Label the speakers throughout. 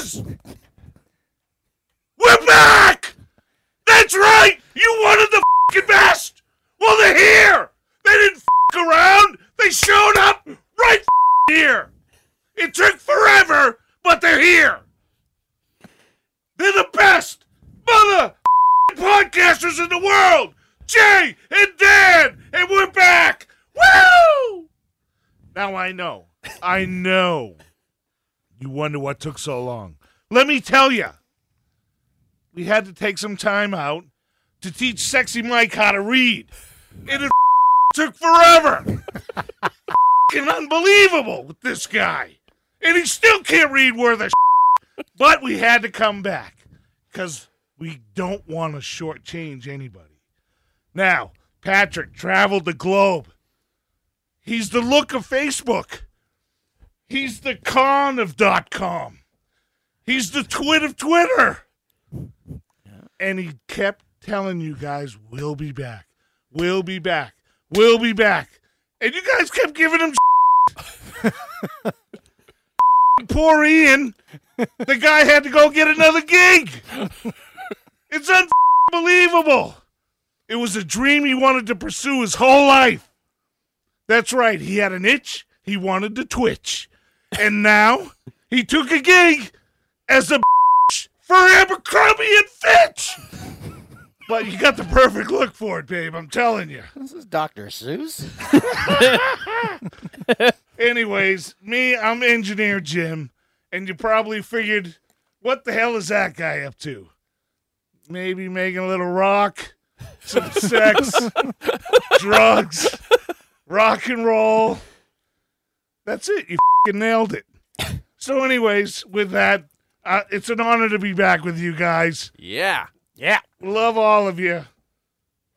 Speaker 1: folks! We're back! That's right! You wanted the fing best! Well, they're here! They didn't f around! They showed up right f***ing here! It took forever, but they're here! They're the best mother f***ing podcasters in the world! Jay and Dan, and we're back! Woo! Now I know. I know. You wonder what took so long. Let me tell you. We had to take some time out to teach Sexy Mike how to read. And it took forever. F***ing unbelievable with this guy. And he still can't read worth a But we had to come back because we don't want to shortchange anybody. Now, Patrick traveled the globe. He's the look of Facebook. He's the con of dot com. He's the twit of Twitter. And he kept telling you guys, we'll be back. We'll be back. We'll be back. And you guys kept giving him Poor Ian. The guy had to go get another gig. It's unbelievable. It was a dream he wanted to pursue his whole life. That's right. He had an itch. He wanted to twitch. And now he took a gig as a for Abercrombie and Fitch. But you got the perfect look for it, babe. I'm telling you.
Speaker 2: This is Dr. Seuss.
Speaker 1: Anyways, me, I'm Engineer Jim, and you probably figured, what the hell is that guy up to? Maybe making a little rock, some sex, drugs, rock and roll. That's it. You fing nailed it. So, anyways, with that, uh, it's an honor to be back with you guys.
Speaker 3: Yeah.
Speaker 1: Love all of you.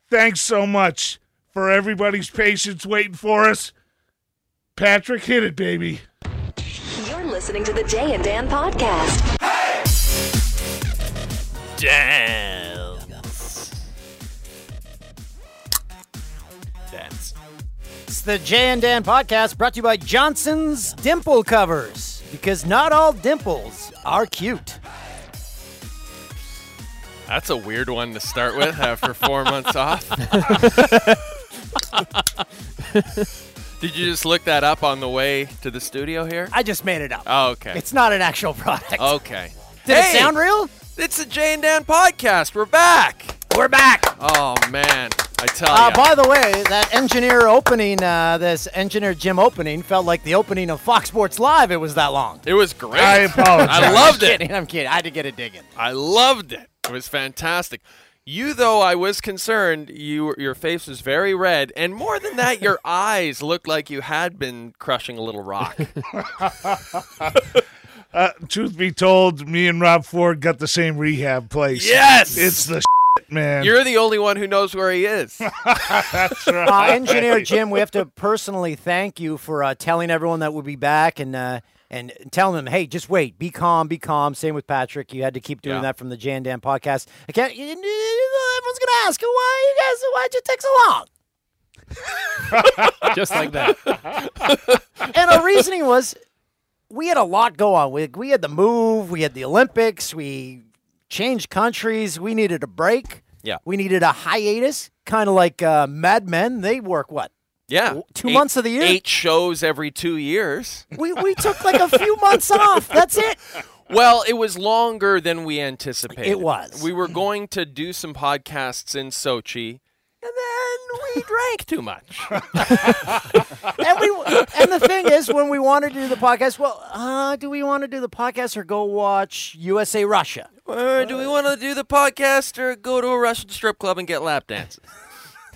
Speaker 1: Thanks so much for everybody's patience waiting for us. Patrick, hit it, baby.
Speaker 4: You're listening to the Jay and Dan podcast.
Speaker 3: Damn. That's
Speaker 2: It's the Jay and Dan podcast brought to you by Johnson's Dimple Covers because not all dimples are cute.
Speaker 3: that's a weird one to start with after four months off. Did you just look that up on the way to the studio here?
Speaker 2: I just made it up.
Speaker 3: Oh, okay.
Speaker 2: It's not an actual product.
Speaker 3: Okay.
Speaker 2: Did
Speaker 3: Hey!
Speaker 2: it sound real?
Speaker 3: It's the Jay and Dan podcast. We're back.
Speaker 2: We're back.
Speaker 3: Oh man, I tell
Speaker 2: Uh,
Speaker 3: you.
Speaker 2: By the way, that engineer opening, uh, this engineer Jim opening, felt like the opening of Fox Sports Live. It was that long.
Speaker 3: it was great.
Speaker 1: I apologize.
Speaker 3: I loved it.
Speaker 2: Kidding, I'm kidding. I had to get a dig in.
Speaker 3: I loved it. It was fantastic. You though I was concerned, you your face was very red, and more than that, your eyes looked like you had been crushing a little rock.
Speaker 1: Uh, truth be told, me and Rob Ford got the same rehab place.
Speaker 3: Yes!
Speaker 1: It's the shit, man.
Speaker 3: You're the only one who knows where he is.
Speaker 1: That's right.
Speaker 2: uh, engineer Jim, we have to personally thank you for uh, telling everyone that we'll be back and uh, and telling them, hey, just wait, be calm, be calm. Same with Patrick. You had to keep doing
Speaker 3: Yeah.
Speaker 2: that from the Jan Dan podcast. I can't. you- you-
Speaker 5: uh,
Speaker 2: Everyone's gonna ask why you guys why'd you take so long.
Speaker 6: just like that.
Speaker 2: and our reasoning was we had a lot go on. We, we had the move, we had the Olympics, we changed countries, we needed a break.
Speaker 3: Yeah.
Speaker 2: We needed a hiatus, kind of like uh, Mad Men. They work what?
Speaker 3: Yeah,
Speaker 2: W- two months of the year?
Speaker 3: eight shows every two years.
Speaker 2: We, we took like a few months off. That's it.
Speaker 3: Well, it was longer than we anticipated.
Speaker 2: It was.
Speaker 3: We were going to do some podcasts in Sochi, and then we drank too much.
Speaker 2: And we and the thing is, when we wanted to do the podcast, well, uh, do we want to do the podcast or go watch USA Russia?
Speaker 3: Uh, do we want to do the podcast or go to a Russian strip club and get lap dances?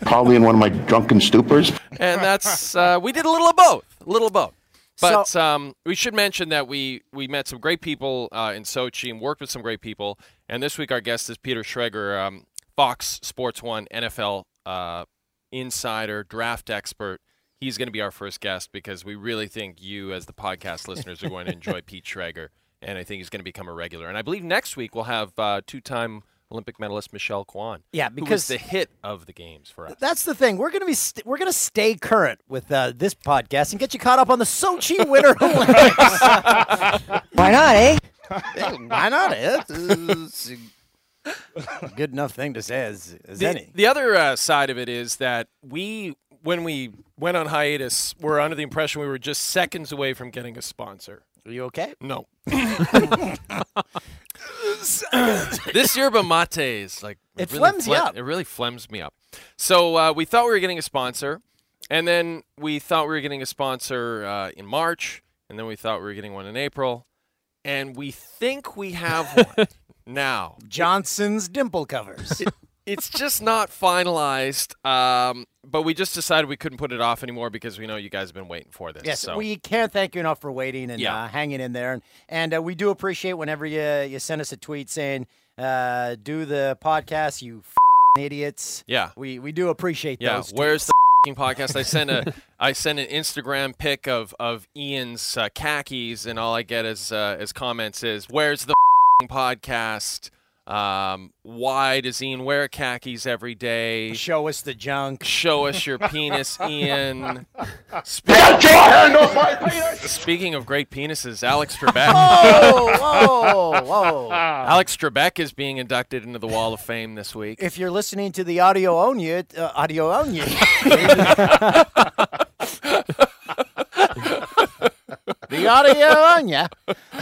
Speaker 7: probably in one of my drunken stupors.
Speaker 3: and that's uh, we did a little of both, a little of both. But
Speaker 2: So-
Speaker 3: um, we should mention that we we met some great people uh, in Sochi and worked with some great people. And this week our guest is Peter Schreger, um, Fox Sports One NFL uh, insider, draft expert. He's going to be our first guest because we really think you, as the podcast listeners, are going to enjoy Pete Schreger, and I think he's going to become a regular. And I believe next week we'll have uh, two-time Olympic medalist Michelle Kwan.
Speaker 2: Yeah,
Speaker 3: who was
Speaker 2: because-
Speaker 3: the hit of the games for us.
Speaker 2: That's the thing. We're gonna be st- we're gonna stay current with uh, this podcast and get you caught up on the Sochi Winter Olympics.
Speaker 8: Why not, eh?
Speaker 2: Hey, why not? It's a good enough thing to say as, as
Speaker 3: the,
Speaker 2: any.
Speaker 3: the other uh, side of it is that we, when we went on hiatus, were under the impression we were just seconds away from getting a sponsor.
Speaker 2: Are you okay?
Speaker 3: No. this yerba mate is like
Speaker 2: It flems
Speaker 3: fle-
Speaker 2: you up.
Speaker 3: It really flems me up. So uh, we thought we were getting a sponsor, and then we thought we were getting a sponsor uh, in March, and then we thought we were getting one in April, and we think we have one now.
Speaker 2: Johnson's dimple covers.
Speaker 3: It's just not finalized, um, but we just decided we couldn't put it off anymore because we know you guys have been waiting for this.
Speaker 2: yes,
Speaker 3: so.
Speaker 2: we can't thank you enough for waiting and
Speaker 3: Yeah.
Speaker 2: uh, hanging in there, and and uh, we do appreciate whenever you you send us a tweet saying, uh, "Do the podcast, you f***ing idiots."
Speaker 3: yeah.
Speaker 2: We we do appreciate
Speaker 3: Yeah,
Speaker 2: those.
Speaker 3: where's the f***ing podcast? I sent a I sent an Instagram pic of of Ian's uh, khakis, and all I get as uh, as comments is, "Where's the f***ing podcast? Um, why does Ian wear khakis every day?
Speaker 2: Show us the junk.
Speaker 3: Show us your penis, Ian." Spe-
Speaker 8: Get your hand off my penis!
Speaker 3: Speaking of great penises, Alex Trebek.
Speaker 2: Whoa, whoa, whoa!
Speaker 3: Alex Trebek is being inducted into the Wall of Fame this week.
Speaker 2: If you're listening to the audio only, it- uh, audio only. the audio only.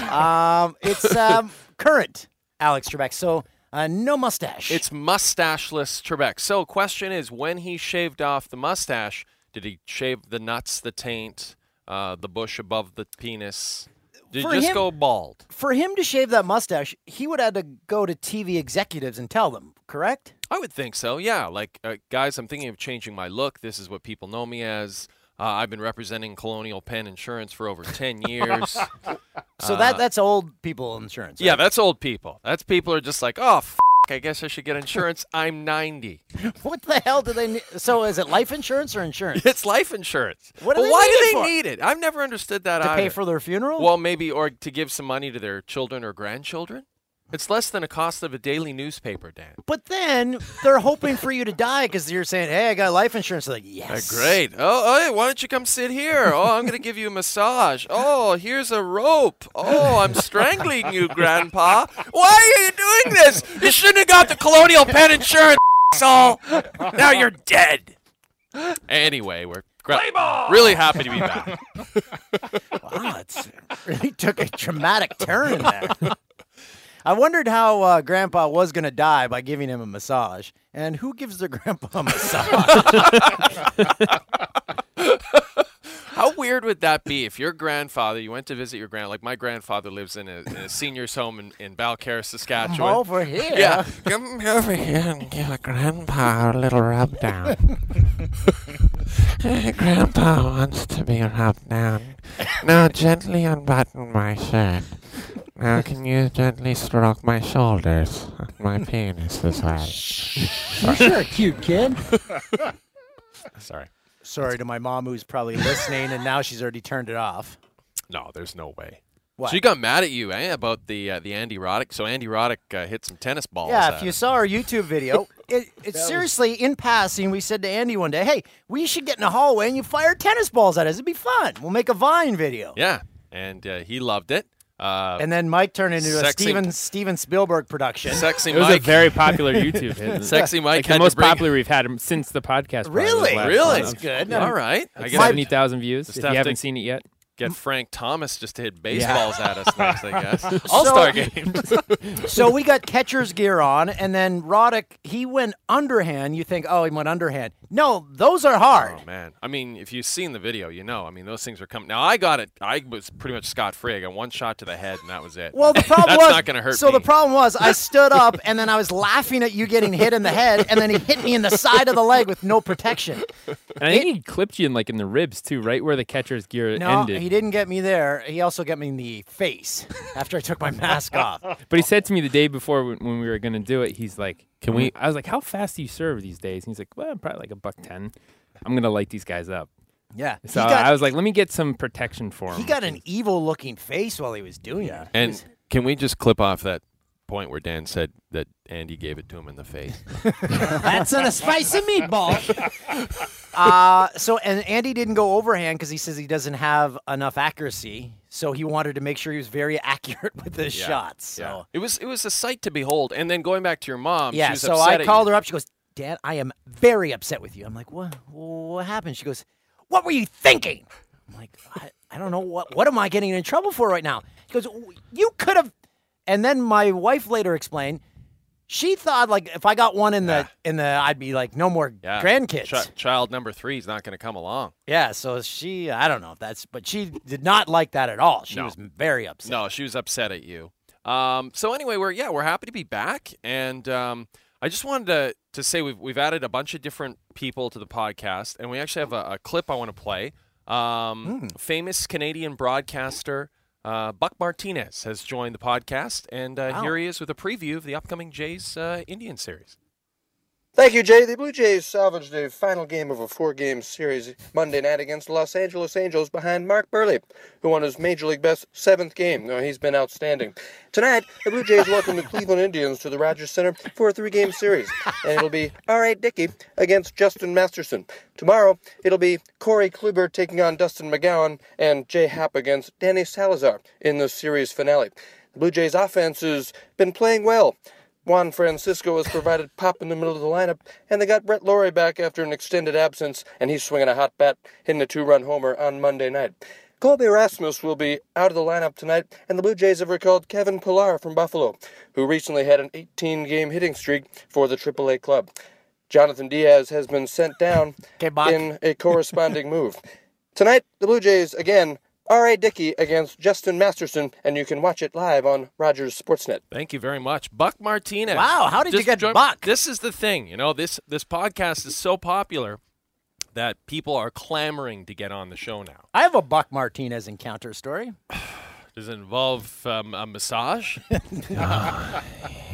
Speaker 2: Um, it's um, current Alex Trebek, so uh, no mustache.
Speaker 3: It's mustacheless Trebek. So, question is, when he shaved off the mustache, did he shave the nuts, the taint, uh, the bush above the penis? Did
Speaker 2: For
Speaker 3: he just
Speaker 2: him-
Speaker 3: go bald?
Speaker 2: for him to shave that mustache. He would have to go to TV executives and tell them. Correct?
Speaker 3: I would think so. Yeah, like uh, guys, I'm thinking of changing my look. This is what people know me as. Uh, I've been representing Colonial Penn Insurance for over ten years.
Speaker 2: So that that's old people insurance.
Speaker 3: Uh, yeah,
Speaker 2: right?
Speaker 3: that's old people. That's people are just like, oh, f- I guess I should get insurance. I'm 90.
Speaker 2: What the hell do they? Need? So is it life insurance or insurance
Speaker 3: It's life insurance.
Speaker 2: What do
Speaker 3: But
Speaker 2: they
Speaker 3: why
Speaker 2: need it
Speaker 3: do they
Speaker 2: for?
Speaker 3: need it? I've never understood that.
Speaker 2: to pay
Speaker 3: either.
Speaker 2: for their funeral?
Speaker 3: Well, maybe, or to give some money to their children or grandchildren. It's less than the cost of a daily newspaper, Dan.
Speaker 2: But then they're hoping for you to die because you're saying, "Hey, I got life insurance." They're like,
Speaker 3: Uh,
Speaker 2: yes,
Speaker 3: great. Oh, hey, why don't you come sit here? Oh, I'm going to give you a massage. Oh, here's a rope. Oh, I'm strangling you, Grandpa. Why are you doing this? You shouldn't have got the Colonial Penn insurance, all. Now you're dead. Anyway, we're gra- really happy to be back.
Speaker 2: Wow, it's really took a dramatic turn in there. I wondered how uh, Grandpa was gonna die by giving him a massage, and who gives their grandpa a massage?
Speaker 3: How weird would that be if your grandfather, you went to visit your grand, like my grandfather lives in a, in a seniors home in, in Balcarres, Saskatchewan.
Speaker 2: Over here,
Speaker 3: Yeah. Come over here and give a grandpa a little rub down.
Speaker 5: Grandpa wants to be rubbed down. Now gently unbutton my shirt. Now can you gently stroke my shoulders, my penis as well?
Speaker 9: You're a cute kid.
Speaker 3: Sorry.
Speaker 2: Sorry to my mom who's probably listening, and now she's already turned it off.
Speaker 3: No, there's no way.
Speaker 2: What?
Speaker 3: She got mad at you, eh, about the uh, the Andy Roddick. So Andy Roddick uh, hit some tennis balls.
Speaker 2: Yeah,
Speaker 3: at
Speaker 2: if you
Speaker 3: him.
Speaker 2: saw our YouTube video, it, it seriously in passing we said to Andy one day, "Hey, we should get in the hallway and you fire tennis balls at us. It'd be fun. We'll make a Vine video."
Speaker 3: yeah, and uh, he loved it. Uh,
Speaker 2: And then Mike turned into a
Speaker 3: Sexy-
Speaker 2: Steven Steven Spielberg production.
Speaker 3: sexy
Speaker 6: It was a
Speaker 3: Mike.
Speaker 6: very popular YouTube hit.
Speaker 3: Sexy Mike
Speaker 6: Like
Speaker 3: had
Speaker 6: the
Speaker 3: to
Speaker 6: most
Speaker 3: bring-
Speaker 6: popular we've had since the podcast. probably was
Speaker 2: Really?
Speaker 6: last
Speaker 3: really
Speaker 6: month.
Speaker 2: good.
Speaker 3: All right, I
Speaker 6: Like
Speaker 3: guess
Speaker 2: My-
Speaker 3: we need to
Speaker 6: 70,000 views.
Speaker 3: Just
Speaker 6: If you
Speaker 3: have to-
Speaker 6: haven't seen it yet,
Speaker 3: get Frank Thomas just to hit baseballs at us next. I guess All
Speaker 2: So-
Speaker 3: Star game.
Speaker 2: so we got catcher's gear on, and then Roddick he went underhand. You think, oh, he went underhand. No, those are hard.
Speaker 3: Oh man! I mean, if you've seen the video, you know. I mean, those things are coming. Now I got it. I was pretty much Scott Free. I got one shot to the head, and that was it.
Speaker 2: Well, the problem
Speaker 3: That's
Speaker 2: was
Speaker 3: not going to hurt.
Speaker 2: So
Speaker 3: me.
Speaker 2: the problem was, I stood up and then I was laughing at you getting hit in the head, and then he hit me in the side of the leg with no protection.
Speaker 6: and I think he clipped you in like in the ribs too, right where the catcher's gear
Speaker 2: No,
Speaker 6: ended.
Speaker 2: he didn't get me there. He also got me in the face after I took my mask off.
Speaker 6: But he said to me the day before when, when we were gonna do it, he's like, "Can we?" I was like, "How fast do you serve these days?" And he's like, "Well, I'm probably like a buck ten. I'm gonna light these guys up."
Speaker 2: Yeah,
Speaker 6: So
Speaker 2: he got,
Speaker 6: I was like, "Let me get some protection for him."
Speaker 2: he got an evil looking face while he was doing it.
Speaker 3: And can we just clip off that point where Dan said that Andy gave it to him in the face.
Speaker 10: That's in a spicy meatball.
Speaker 2: uh, so and Andy didn't go overhand because he says he doesn't have enough accuracy. So he wanted to make sure he was very accurate with his
Speaker 3: Yeah,
Speaker 2: shots. So
Speaker 3: yeah.
Speaker 2: yeah,
Speaker 3: it was it was a sight to behold. And then going back to your mom, she was
Speaker 2: so
Speaker 3: upset at
Speaker 2: I
Speaker 3: you.
Speaker 2: called her up. She goes, "Dad, I am very upset with you." I'm like, "What? What happened?" She goes, "What were you thinking?" I'm like, "I, I don't know what. What am I getting in trouble for right now?" She goes, "W- "You could have." And then my wife later explained. She thought like if I got one in the in the I'd be like no more
Speaker 3: Yeah.
Speaker 2: grandkids.
Speaker 3: Chi- child number three is not going to come along.
Speaker 2: Yeah, so she, I don't know if that's, but she did not like that at all. She
Speaker 3: No.
Speaker 2: was very upset.
Speaker 3: No, she was upset at you. Um, so anyway, we're yeah, we're happy to be back, and um, I just wanted to to say we've we've added a bunch of different people to the podcast, and we actually have a, a clip I want to play.
Speaker 2: Hmm.
Speaker 3: Um, Famous Canadian broadcaster uh, Buck Martinez has joined the podcast, and uh,
Speaker 2: Wow.
Speaker 3: here he is with a preview of the upcoming Jays uh, Indian series.
Speaker 11: Thank you, Jay. The Blue Jays salvaged the final game of a four game series Monday night against the Los Angeles Angels behind Mark Burley, who won his Major League Best seventh game. Now, he's been outstanding. Tonight, the Blue Jays welcome the Cleveland Indians to the Rogers Center for a three game series, and it'll be R.A. Dickey against Justin Masterson. Tomorrow, it'll be Corey Kluber taking on Dustin McGowan and Jay Happ against Danny Salazar in the series finale. The Blue Jays offense has been playing well. Juan Francisco has provided pop in the middle of the lineup, and they got Brett Laurie back after an extended absence, and he's swinging a hot bat, hitting a two-run homer on Monday night. Colby Rasmus will be out of the lineup tonight, and the Blue Jays have recalled Kevin Pillar from Buffalo, who recently had an 18-game hitting streak for the AAA club. Jonathan Diaz has been sent down in a corresponding move. Tonight, the Blue Jays again. R.A. Dickey against Justin Masterson, and you can watch it live on Rogers Sportsnet.
Speaker 3: Thank you very much, Buck Martinez.
Speaker 11: Wow, how did you get Buck?
Speaker 3: This is the thing, you know this this podcast is so popular that people are clamoring to get on the show now.
Speaker 2: I have a Buck Martinez encounter story.
Speaker 3: Does it involve um, a massage? Ah.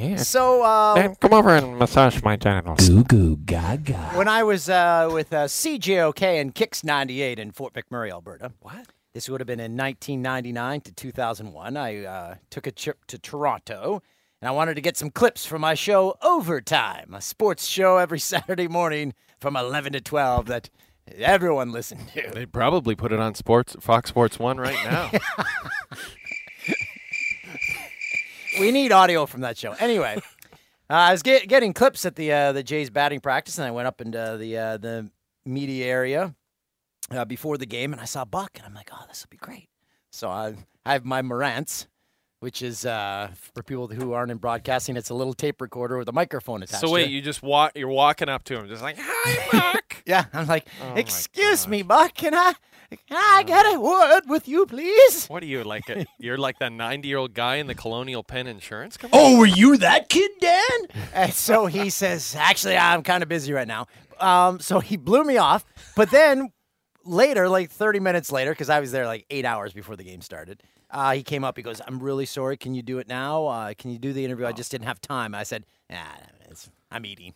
Speaker 5: Yeah.
Speaker 2: So,
Speaker 9: um,
Speaker 2: uh,
Speaker 5: Dan, come over and massage my genitals. Goo goo gaga.
Speaker 2: When I was uh, with uh, CJOK and Kicks 98 in Fort McMurray, Alberta. What? This would have been in 1999 to 2001. I uh, took a trip to Toronto and I wanted to get some clips for my show Overtime, a sports show every Saturday morning from 11 to 12 that everyone listened to.
Speaker 3: They probably put it on sports Fox Sports One right now.
Speaker 2: we need audio from that show. Anyway, uh, I was get, getting clips at the uh, the Jays batting practice, and I went up into the uh, the media area uh, before the game, and I saw Buck, and I'm like, oh, this will be great. So I I have my Marantz, which is uh, for people who aren't in broadcasting, it's a little tape recorder with a microphone attached.
Speaker 3: so
Speaker 2: to
Speaker 3: wait,
Speaker 2: it.
Speaker 3: you just walk you're walking up to him just like "Ah, hi Buck.
Speaker 2: yeah, I'm like, excuse me, Buck, can I can I get a word with you, please?
Speaker 3: What are you like? A, you're like that 90 year old guy in the Colonial Penn Insurance Company.
Speaker 2: Oh, were you that kid, Dan? And so he says, actually, I'm kind of busy right now. Um, so he blew me off. But then later, like 30 minutes later, because I was there like eight hours before the game started, uh, he came up. He goes, I'm really sorry. Can you do it now? Uh, can you do the interview? I just didn't have time. I said, nah, it's, I'm eating.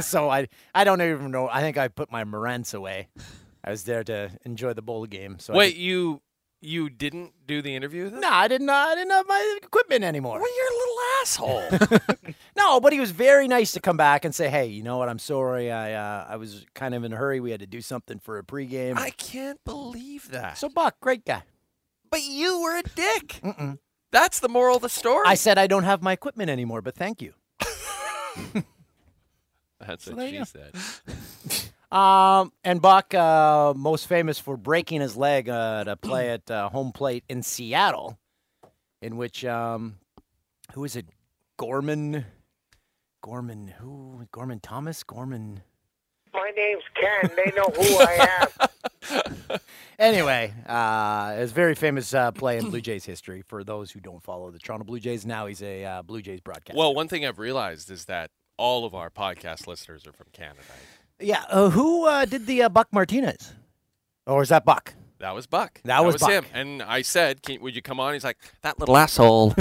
Speaker 2: so I, I don't even know. I think I put my Marantz away. I was there to enjoy the bowl game. So I
Speaker 3: wait, you you didn't do the interview? With him?
Speaker 2: no, I didn't. uh, I didn't have my equipment anymore. Well,
Speaker 3: you're a little asshole.
Speaker 2: no, but he was very nice to come back and say, "Hey, you know what? I'm sorry. I uh, I was kind of in a hurry. We had to do something for a pregame."
Speaker 3: I can't believe that.
Speaker 2: so Buck, great guy.
Speaker 3: but you were a dick.
Speaker 2: Mm-mm.
Speaker 3: That's the moral of the story.
Speaker 2: I said I don't have my equipment anymore, but thank you.
Speaker 3: That's
Speaker 2: So
Speaker 3: what
Speaker 2: there
Speaker 3: she
Speaker 2: you go.
Speaker 3: said.
Speaker 2: Um, and Buck, uh, most famous for breaking his leg uh, to play at uh, home plate in Seattle, in which um, who is it? Gorman, Gorman, who? Gorman Thomas, Gorman.
Speaker 8: My name's Ken. They know who I am.
Speaker 2: Anyway, uh, it's a very famous uh, play in Blue Jays history for those who don't follow the Toronto Blue Jays. Now he's a uh, Blue Jays broadcaster.
Speaker 3: Well, one thing I've realized is that all of our podcast listeners are from Canada.
Speaker 2: yeah. Uh, who uh, did the uh, Buck Martinez? Or is that Buck?
Speaker 3: That was Buck.
Speaker 2: That was Buck.
Speaker 3: him. And I said, Can, "Would you come on?" He's like, "That little
Speaker 5: Little asshole.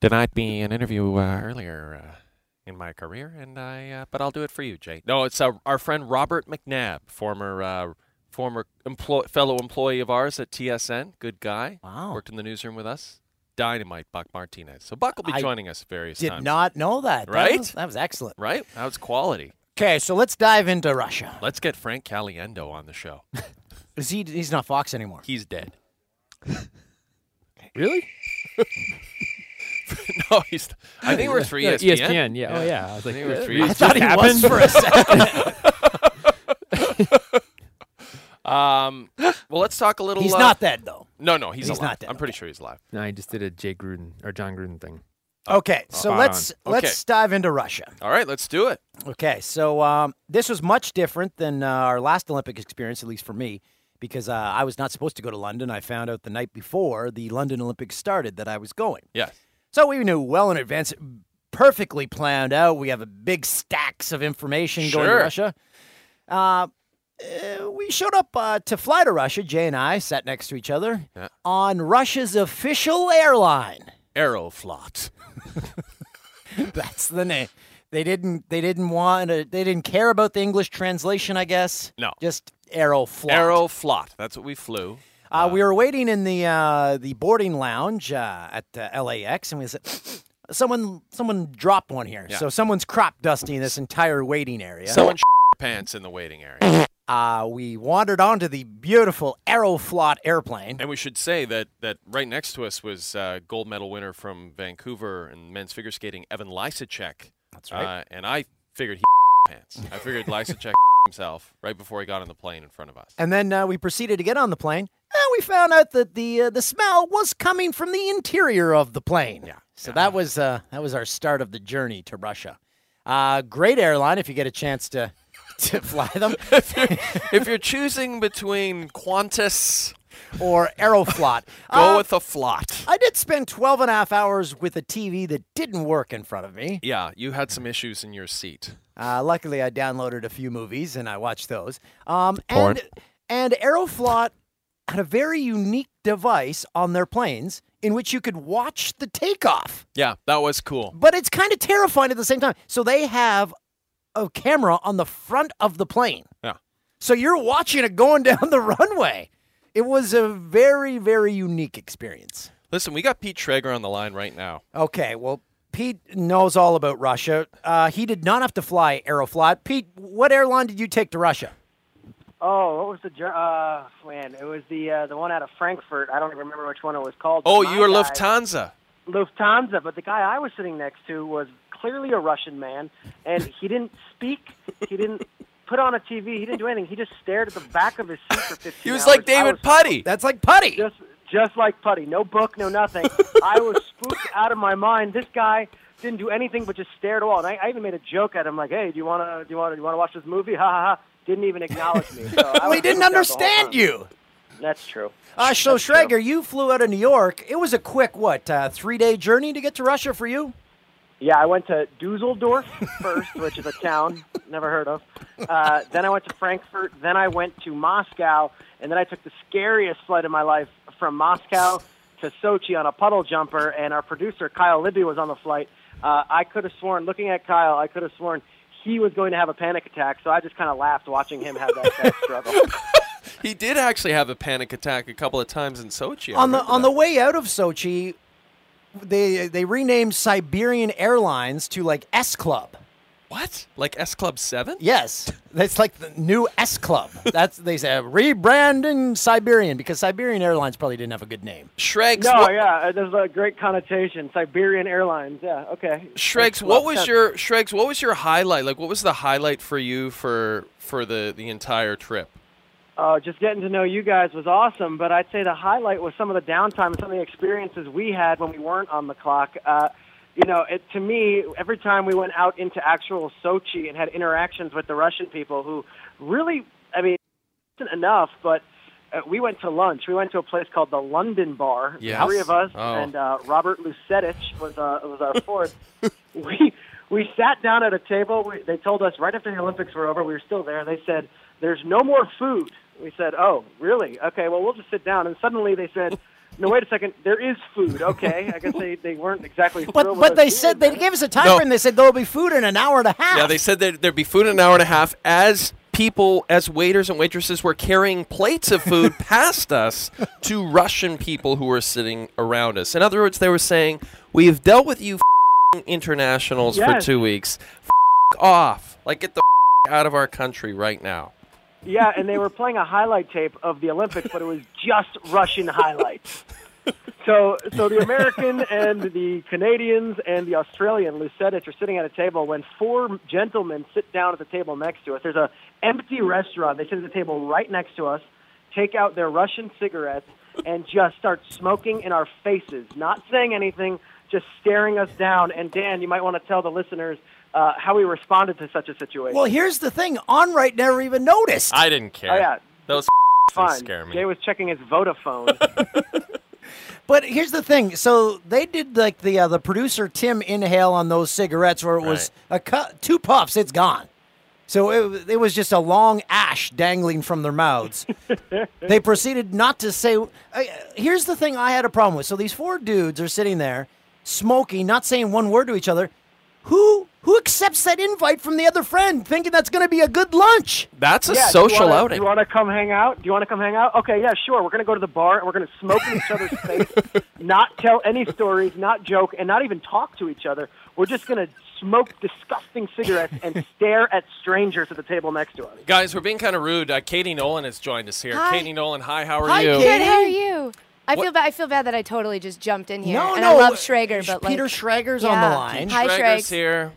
Speaker 5: Denied me an interview uh, earlier uh,
Speaker 3: in my career, and I. Uh, but I'll do it for you, Jay. No, it's uh, our friend Robert McNabb, former uh, former employ- fellow employee of ours at TSN. Good guy.
Speaker 2: Wow.
Speaker 3: Worked in the newsroom with us. dynamite Buck Martinez. So Buck will be
Speaker 2: I
Speaker 3: joining us various
Speaker 2: Did
Speaker 3: times.
Speaker 2: not know that. That
Speaker 3: Right?
Speaker 2: was- That was excellent.
Speaker 3: Right? That was quality.
Speaker 2: Okay, so let's dive into Russia.
Speaker 3: Let's get Frank Caliendo on the show.
Speaker 2: Is he? He's not Fox anymore.
Speaker 3: He's dead.
Speaker 6: Really?
Speaker 3: no, he's. I think E it works for
Speaker 6: Yeah,
Speaker 3: ESPN.
Speaker 6: ESPN, yeah. Oh, yeah. I was like,
Speaker 3: think E it works for
Speaker 6: really? I
Speaker 3: ESPN.
Speaker 6: thought he was for a
Speaker 3: second. um. Well, let's talk a little.
Speaker 6: He's
Speaker 3: uh,
Speaker 6: not dead, though.
Speaker 3: No, no, he's,
Speaker 6: He's
Speaker 3: alive.
Speaker 6: not dead,
Speaker 3: I'm pretty sure he's alive.
Speaker 6: No, I just did a Jay Gruden or John Gruden thing.
Speaker 2: Okay, so
Speaker 6: Spot
Speaker 2: let's
Speaker 6: on.
Speaker 2: let's
Speaker 6: Okay.
Speaker 2: dive into Russia.
Speaker 3: All right, let's do it.
Speaker 2: Okay, so um, this was much different than uh, our last Olympic experience, at least for me, because uh, I was not supposed to go to London. I found out the night before the London Olympics started that I was going.
Speaker 3: Yes.
Speaker 2: So we knew well in advance, perfectly planned out. We have a big stacks of information going to
Speaker 3: Sure.
Speaker 2: Russia. Uh, uh, we showed up uh, to fly to Russia. Jay and I sat next to each other
Speaker 3: Yeah.
Speaker 2: on Russia's official airline.
Speaker 3: Aeroflot.
Speaker 2: That's the name. They didn't. They didn't want. To, they didn't care about the English translation. I guess.
Speaker 3: No.
Speaker 2: Just Aeroflot.
Speaker 3: Aeroflot. That's what we flew.
Speaker 2: Uh, we were waiting in the uh, the boarding lounge uh, at uh, LAX, and we said, "Someone, someone dropped one here."
Speaker 3: Yeah.
Speaker 2: So someone's crop dusting this entire waiting area.
Speaker 3: Someone sh- pants in the waiting area.
Speaker 2: uh, we wandered onto the beautiful Aeroflot airplane.
Speaker 3: And we should say that that right next to us was uh, gold medal winner from Vancouver in men's figure skating, Evan Lysacek. That's
Speaker 2: right.
Speaker 3: Uh, and I figured he pants. I figured Lysacek himself right before he got on the plane in front of us.
Speaker 2: And then uh, we proceeded to get on the plane, and we found out that the uh, the smell was coming from the interior of the plane. Yeah. So that was uh, that was our start of the journey to Russia. Uh, great airline if you get a chance to to fly them.
Speaker 3: if you're choosing between Qantas
Speaker 2: or Aeroflot,
Speaker 3: Go
Speaker 2: Uh,
Speaker 3: with a flot.
Speaker 2: I did spend 12 and a half hours with a TV that didn't work in front of me.
Speaker 3: Yeah, you had some issues in your seat.
Speaker 2: Uh, luckily, I downloaded a few movies and I watched those. Um,
Speaker 3: Porn.
Speaker 2: and and Aeroflot had a very unique device on their planes in which you could watch the takeoff,
Speaker 3: Yeah, that was cool.
Speaker 2: but it's kind of terrifying at the same time. So they have a camera on the front of the plane,
Speaker 3: Yeah.
Speaker 2: so you're watching it going down the runway. It was a very very unique experience.
Speaker 3: Listen, we got Pete Traeger on the line right now.
Speaker 2: Okay, well, Pete knows all about Russia. Uh, he did not have to fly Aeroflot. Pete, what airline did you take to Russia?
Speaker 12: Oh, what was the ger- uh man? It was the uh, the one out of Frankfurt. I don't even remember which one it was called.
Speaker 3: Oh,
Speaker 12: My
Speaker 3: you were
Speaker 12: guy-
Speaker 3: Lufthansa.
Speaker 12: Lufthansa, but the guy I was sitting next to was clearly a Russian man, and he didn't speak. He didn't put on a TV. He didn't do anything. He just stared at the back of his seat for 15
Speaker 3: He was
Speaker 12: hours.
Speaker 3: like
Speaker 12: I
Speaker 3: David
Speaker 12: was-
Speaker 3: Putty.
Speaker 2: That's like Putty.
Speaker 12: Just, just like Putty. No book, no nothing. I was spooked out of my mind. This guy didn't do anything but just stare at a wall. And I, I even made a joke at him, like, "Hey, do you wanna, do you wanna, do you wanna watch this movie?" Ha ha ha. Didn't even acknowledge me. So I
Speaker 2: well,
Speaker 12: was
Speaker 2: he didn't
Speaker 12: spooked out the whole
Speaker 2: understand
Speaker 12: time.
Speaker 2: you.
Speaker 12: That's true.
Speaker 2: Uh, so, Schrager, you flew out of New York. It was a quick, what, uh, three day journey to get to Russia for you?
Speaker 12: Yeah, I went to Dusseldorf first, which is a town never heard of. Uh, then I went to Frankfurt. Then I went to Moscow, and then I took the scariest flight of my life from Moscow to Sochi on a puddle jumper. And our producer Kyle Libby was on the flight. Uh, I could have sworn, looking at Kyle, I could have sworn he was going to have a panic attack. So I just kind of laughed watching him have that, that struggle.
Speaker 3: He did actually have a panic attack a couple of times in Sochi. I
Speaker 2: on the
Speaker 3: remember
Speaker 2: on
Speaker 3: that.
Speaker 2: the way out of Sochi, they they renamed Siberian Airlines to like S Club.
Speaker 3: What? Like S Club 7?
Speaker 2: Yes, that's like the new S Club. That's they said rebranding Siberian because Siberian Airlines probably didn't have a good name.
Speaker 3: Shregs,
Speaker 12: no,
Speaker 3: what-
Speaker 12: yeah, there's a great connotation. Siberian Airlines. Yeah, okay.
Speaker 3: Shregs, what was your Shregs, what was your highlight? Like what was the highlight for you for for the the entire trip?
Speaker 12: Uh, just getting to know you guys was awesome, but I'd say the highlight was some of the downtime and some of the experiences we had when we weren't on the clock. Uh, you know, it, to me, every time we went out into actual Sochi and had interactions with the Russian people who really, I mean, wasn't enough, but uh, we went to lunch. We went to a place called the London Bar. the
Speaker 13: Yes.
Speaker 12: Three of us,
Speaker 13: Oh.
Speaker 12: and uh, Robert Lucetich was, uh, was our fourth. we, we sat down at a table. We, they told us right after the Olympics were over, we were still there, they said, there's no more food. We said, oh, really? Okay, well, we'll just sit down. And suddenly they said, no, wait a second, there is food. Okay, I guess they, they weren't exactly
Speaker 2: But
Speaker 12: thrilled
Speaker 2: but
Speaker 12: with us
Speaker 2: they said they gave us a time
Speaker 3: No.
Speaker 2: frame. They said there'll be food in an hour and a half.
Speaker 3: Yeah, they said that there'd be food in an hour and a half as people as waiters and waitresses were carrying plates of food past us to Russian people who were sitting around us. In other words, they were saying, "We have dealt with you f***ing internationals for
Speaker 12: Yes.
Speaker 3: two weeks. F- off! Like get the f- out of our country right now."
Speaker 12: Yeah, and they were playing a highlight tape of the Olympics, but it was just Russian highlights. So, so the American and the Canadians and the Australian Lucetich are sitting at a table when four gentlemen sit down at the table next to us. There's a empty restaurant. They sit at the table right next to us, take out their Russian cigarettes, and just start smoking in our faces, not saying anything, just staring us down. And Dan, you might want to tell the listeners uh, how we responded to such a situation.
Speaker 2: Well, here's the thing. Onright never even noticed.
Speaker 3: I didn't care.
Speaker 12: Oh, yeah.
Speaker 3: Those
Speaker 12: fun.
Speaker 3: scare me.
Speaker 12: Jay was checking his Vodafone.
Speaker 2: But here's the thing. So they did like the uh, the producer Tim inhale on those cigarettes, where it was a cu- two puffs, it's gone. So it, it was just a long ash dangling from their mouths. they proceeded not to say. Uh, here's the thing I had a problem with. So these four dudes are sitting there, smoking, not saying one word to each other. Who who accepts that invite from the other friend, thinking that's going to be a good lunch?
Speaker 3: That's
Speaker 12: Yeah, do you wanna- Do you want to come hang out? Do you want to come hang out? Okay, yeah, sure. We're going to go to the bar and we're going to smoke in each other's face, not tell any stories, not joke, and not even talk to each other. We're just going to smoke disgusting cigarettes and stare at strangers at the table next to us.
Speaker 3: Guys, we're being kind of rude. Uh, Katie Nolan has joined us here. Katie Nolan, hi. How are
Speaker 13: Hi,
Speaker 3: you?
Speaker 13: Good. How are you? I
Speaker 3: What-
Speaker 13: feel bad. I feel bad that I totally just jumped in here.
Speaker 2: No,
Speaker 13: and I
Speaker 2: no, uh,
Speaker 13: love Schrager, but like
Speaker 2: Peter Schrager's on the
Speaker 13: Yeah.
Speaker 2: line.
Speaker 13: Hi, Schrags.
Speaker 3: here.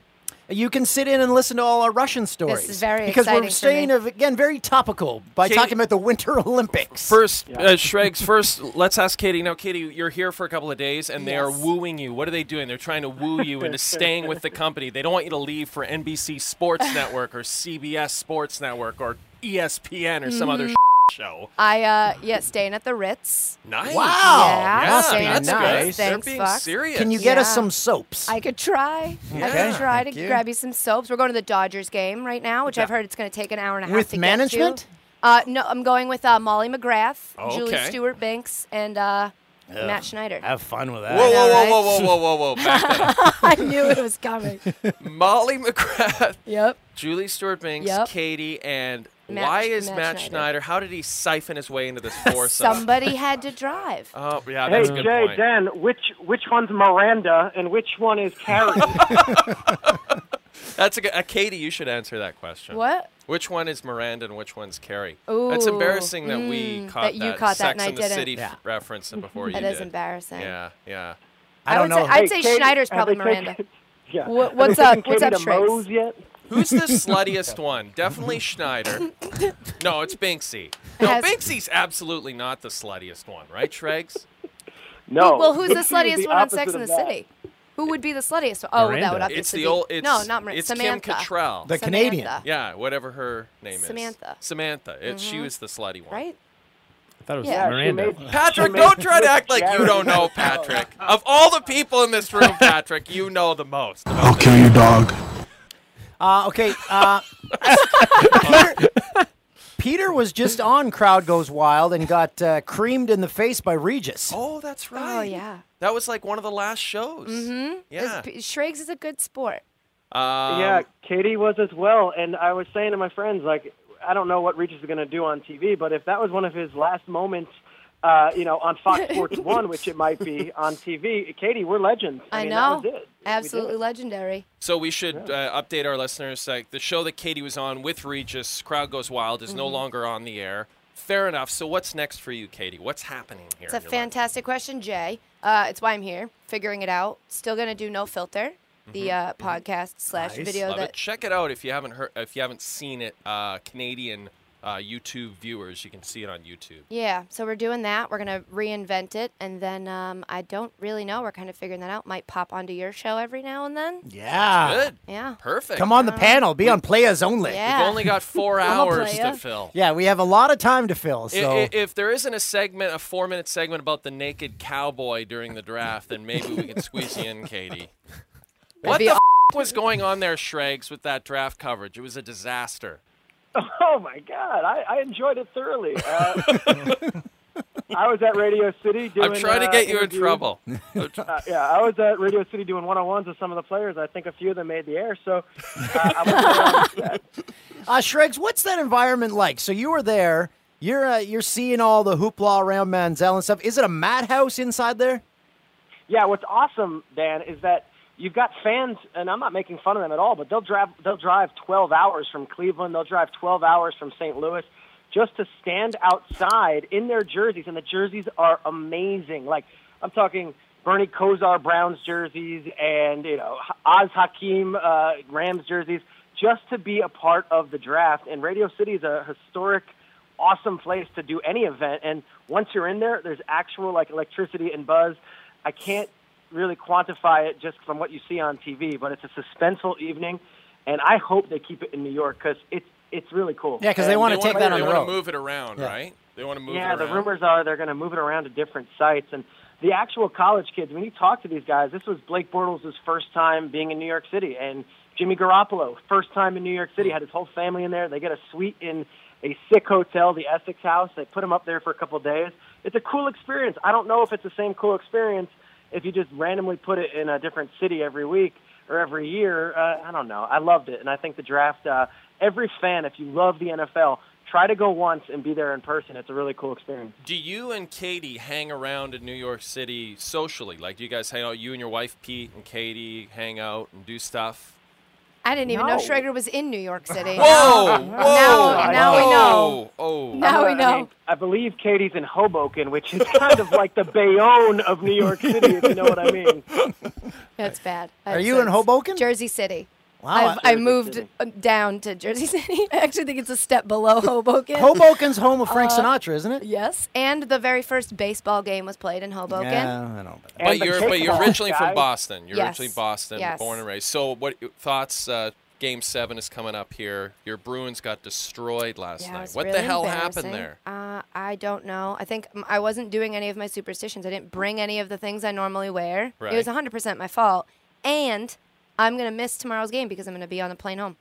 Speaker 2: You can sit in and listen to all our Russian stories.
Speaker 13: is very
Speaker 2: because
Speaker 13: exciting
Speaker 2: we're
Speaker 13: for
Speaker 2: staying
Speaker 13: me.
Speaker 2: of- again very topical by
Speaker 3: Katie-
Speaker 2: talking about the Winter Olympics.
Speaker 3: First, uh, Shregs, first, let's ask Katie. Now, Katie, you're here for a couple of days, and they are wooing you. What are they doing? They're trying to woo you into staying with the company. They don't want you to leave for NBC Sports Network or CBS Sports Network or E ESPN or some other
Speaker 13: Mhm.
Speaker 3: show.
Speaker 13: I uh yeah, staying at the Ritz.
Speaker 3: Nice.
Speaker 2: Wow.
Speaker 13: Yeah,
Speaker 2: Yeah,
Speaker 13: staying
Speaker 2: that's
Speaker 13: at the
Speaker 2: nice.
Speaker 13: Ritz.
Speaker 2: They're
Speaker 13: Thanks,
Speaker 2: being
Speaker 13: Fox.
Speaker 2: serious. Can you get us some soaps?
Speaker 13: I could try. I
Speaker 2: Okay.
Speaker 13: could try
Speaker 2: Thank
Speaker 13: to
Speaker 2: you.
Speaker 13: grab you some soaps. We're going to the Dodgers game right now, which I've heard it's going to take an hour and a half
Speaker 2: With
Speaker 13: to get to.
Speaker 2: management?
Speaker 13: Uh, no, I'm going with uh, Molly McGrath,
Speaker 2: Oh,
Speaker 13: Julie
Speaker 2: okay.
Speaker 13: Stewart Banks, and uh,
Speaker 2: Ugh.
Speaker 13: Matt Schneider.
Speaker 2: Have fun with that.
Speaker 3: Whoa, whoa,
Speaker 13: right?
Speaker 3: whoa, whoa, whoa, whoa, whoa, whoa! Back that up.
Speaker 13: I knew it was coming.
Speaker 3: Molly McGrath.
Speaker 13: Yep.
Speaker 3: Julie Stewart Binks,
Speaker 13: Yep.
Speaker 3: Katie, and
Speaker 13: Matt-
Speaker 3: why is
Speaker 13: Matt
Speaker 3: Matt,
Speaker 13: Schneider.
Speaker 3: Schneider. How did he siphon his way into this foursome?
Speaker 13: Somebody had to drive.
Speaker 3: Oh, yeah,
Speaker 12: hey,
Speaker 3: that's a good
Speaker 12: Jay,
Speaker 3: point.
Speaker 12: Dan, which which one's Miranda and which one is Carrie?
Speaker 3: That's a good. Uh, Katie, you should answer that question.
Speaker 13: What?
Speaker 3: Which one is Miranda and which one's Carrie? That's
Speaker 13: Ooh,
Speaker 3: embarrassing that we
Speaker 13: mm,
Speaker 3: caught
Speaker 13: that you caught that
Speaker 3: Sex
Speaker 13: and I
Speaker 3: and the
Speaker 13: didn't.
Speaker 3: City
Speaker 13: Yeah.
Speaker 3: f- reference and before you
Speaker 13: That
Speaker 3: did.
Speaker 13: is embarrassing.
Speaker 3: Yeah, yeah.
Speaker 13: I I don't would say- know. I'd say Schneider's
Speaker 12: have they
Speaker 13: probably
Speaker 12: taken-
Speaker 13: Miranda.
Speaker 12: yeah.
Speaker 13: Wha-
Speaker 12: Have they
Speaker 13: what's up-
Speaker 12: taken
Speaker 13: what's
Speaker 12: Katie
Speaker 13: up,
Speaker 12: to
Speaker 13: Shrakes?
Speaker 12: Moe's yet?
Speaker 3: Who's the sluttiest one? Definitely Schneider. No, it's Binksy. No,
Speaker 13: Has-
Speaker 3: Binksy's absolutely not the sluttiest one, right, Shregs?
Speaker 12: No.
Speaker 13: Well, who's the
Speaker 12: She was
Speaker 13: sluttiest
Speaker 12: the
Speaker 13: one on Sex
Speaker 12: opposite
Speaker 13: in the
Speaker 12: of that.
Speaker 13: City? Who would be the sluttiest? Oh, that would have
Speaker 3: It's
Speaker 13: to
Speaker 3: the
Speaker 13: be.
Speaker 3: old. It's,
Speaker 13: no, not Miranda.
Speaker 3: It's
Speaker 13: Samantha.
Speaker 3: Kim Cattrall.
Speaker 2: The Canadian. Samantha.
Speaker 3: Yeah, whatever her name is.
Speaker 13: Samantha.
Speaker 3: Samantha. It, She
Speaker 13: Mhm.
Speaker 3: was the slutty one.
Speaker 13: Right?
Speaker 6: I thought it was
Speaker 13: Yeah, she
Speaker 6: Miranda.
Speaker 13: made-
Speaker 3: Patrick, don't try to act like you don't know Patrick. Of all the people in this room, Patrick, you know the most. I'll
Speaker 14: kill your dog.
Speaker 2: Uh, okay. Uh, Peter, Peter was just on Crowd Goes Wild and got uh, creamed in the face by Regis.
Speaker 3: Oh, that's right.
Speaker 13: Oh, yeah.
Speaker 3: That was like one of the last shows.
Speaker 13: Mm-hmm.
Speaker 3: Yeah.
Speaker 13: Shrakes is a good sport.
Speaker 3: Um,
Speaker 12: yeah, Katie was as well. And I was saying to my friends, like, I don't know what Regis is going to do on TV, but if that was one of his last moments, uh, you know, on Fox Sports 1, which it might be on TV, Katie, we're legends.
Speaker 13: I,
Speaker 12: I, mean,
Speaker 13: know.
Speaker 12: That was it.
Speaker 13: Absolutely legendary.
Speaker 3: So we should uh, update our listeners. Like the show that Katie was on with Regis, Crowd Goes Wild, is no
Speaker 13: Mhm.
Speaker 3: longer on the air. Fair enough. So what's next for you, Katie? What's happening here?
Speaker 13: It's a
Speaker 3: in your life?
Speaker 13: fantastic question, Jay. Uh, it's why I'm here, figuring it out. Still gonna do no filter, the uh, podcast slash video
Speaker 3: Love
Speaker 13: that
Speaker 3: it. Check it out if you haven't heard, if you haven't seen it. Uh, Canadian uh, YouTube viewers, you can see it on YouTube.
Speaker 13: Yeah, so we're doing that. We're gonna reinvent it, and then um, I don't really know. We're kind of figuring that out. Might pop onto your show every now and then.
Speaker 2: Yeah.
Speaker 3: Good.
Speaker 13: Yeah.
Speaker 3: Perfect.
Speaker 2: Come on the panel. Be on Players Only.
Speaker 13: Yeah. We've
Speaker 3: only got four
Speaker 13: I'm a
Speaker 3: hours
Speaker 13: player.
Speaker 3: to fill.
Speaker 2: Yeah, we have a lot of time to fill.
Speaker 3: I-
Speaker 2: So
Speaker 3: i- If there isn't a segment, a four-minute segment about the naked cowboy during the draft, then maybe we can squeeze you in, Katie. What
Speaker 13: be
Speaker 3: the f- was going on there, Shregs, with that draft coverage? It was a disaster.
Speaker 12: Oh, my God. I, I enjoyed it thoroughly. Uh, I was at Radio City doing.
Speaker 3: I'm trying to
Speaker 12: uh,
Speaker 3: get you in
Speaker 12: interviews.
Speaker 3: trouble.
Speaker 12: Uh, yeah, I was at Radio City doing one-on-ones with some of the players. I think a few of them made the air. So, uh, I was
Speaker 2: Uh, Shregs, what's that environment like? So you were there. You're uh, you're seeing all the hoopla around Manziel and stuff. Is it a madhouse inside there?
Speaker 12: Yeah, what's awesome, Dan, is that you've got fans, and I'm not making fun of them at all, but they'll drive they'll drive 12 hours from Cleveland, they'll drive 12 hours from St. Louis, just to stand outside in their jerseys, and the jerseys are amazing. Like I'm talking Bernie Kosar Browns jerseys, and you know Oz Hakim uh, Rams jerseys, just to be a part of the draft. And Radio City is a historic awesome place to do any event. And once you're in there, there's actual like electricity and buzz. I can't really quantify it just from what you see on TV, but it's a suspenseful evening, and I hope they keep it in New York because it's it's really cool.
Speaker 2: Yeah, 'cause they wanna take that
Speaker 3: They
Speaker 2: on the
Speaker 3: wanna
Speaker 2: road.
Speaker 3: move it around, right? They want to move
Speaker 12: yeah,
Speaker 3: it around.
Speaker 12: the rumors are they're going to move it around to different sites. And the actual college kids, when you talk to these guys, this was Blake Bortles' first time being in New York City, and Jimmy Garoppolo, first time in New York City, had his whole family in there. They get a suite in a sick hotel, the Essex House. They put him up there for a couple of days. It's a cool experience. I don't know if it's the same cool experience if you just randomly put it in a different city every week or every year. Uh, I don't know. I loved it, and I think the draft. Uh, every fan, if you love the NFL, try to go once and be there in person. It's a really cool experience.
Speaker 3: Do you and Katie hang around in New York City socially? Like, do you guys hang out? You and your wife, Pete and Katie, hang out and do stuff.
Speaker 13: I didn't even
Speaker 3: No.
Speaker 13: know Schrager was in New York City.
Speaker 3: Whoa!
Speaker 13: Now-
Speaker 3: whoa!
Speaker 13: Now, now we know.
Speaker 3: Oh,
Speaker 13: Now we know.
Speaker 12: I, mean, I believe Katie's in Hoboken, which is kind of like the Bayonne of New York City, if you know what I mean.
Speaker 13: That's bad.
Speaker 12: Are
Speaker 13: That
Speaker 12: you in
Speaker 13: sucks.
Speaker 12: Hoboken?
Speaker 13: Jersey City.
Speaker 2: Wow,
Speaker 13: I've, I
Speaker 2: Jersey
Speaker 13: moved
Speaker 2: City.
Speaker 13: uh, down to Jersey City. I actually think it's a step below Hoboken.
Speaker 2: Hoboken's home of Frank
Speaker 13: Uh,
Speaker 2: Sinatra, isn't it?
Speaker 13: Yes, and the very first baseball game was played in Hoboken.
Speaker 2: Yeah, I don't.
Speaker 3: But you're but you're originally from Boston. You're
Speaker 13: Yes.
Speaker 3: originally Boston,
Speaker 13: Yes.
Speaker 3: born and raised. So what thoughts? Uh, game seven is coming up here. Your Bruins got destroyed last
Speaker 13: Yeah, it
Speaker 3: night.
Speaker 13: was
Speaker 3: What the
Speaker 13: really
Speaker 3: hell happened
Speaker 13: embarrassing.
Speaker 3: there?
Speaker 13: Uh, I don't know. I think mm, I wasn't doing any of my superstitions. I didn't bring any of the things I normally wear. It
Speaker 3: Right.
Speaker 13: was 100% my fault. And I'm going to miss tomorrow's game because I'm going to be on the plane home.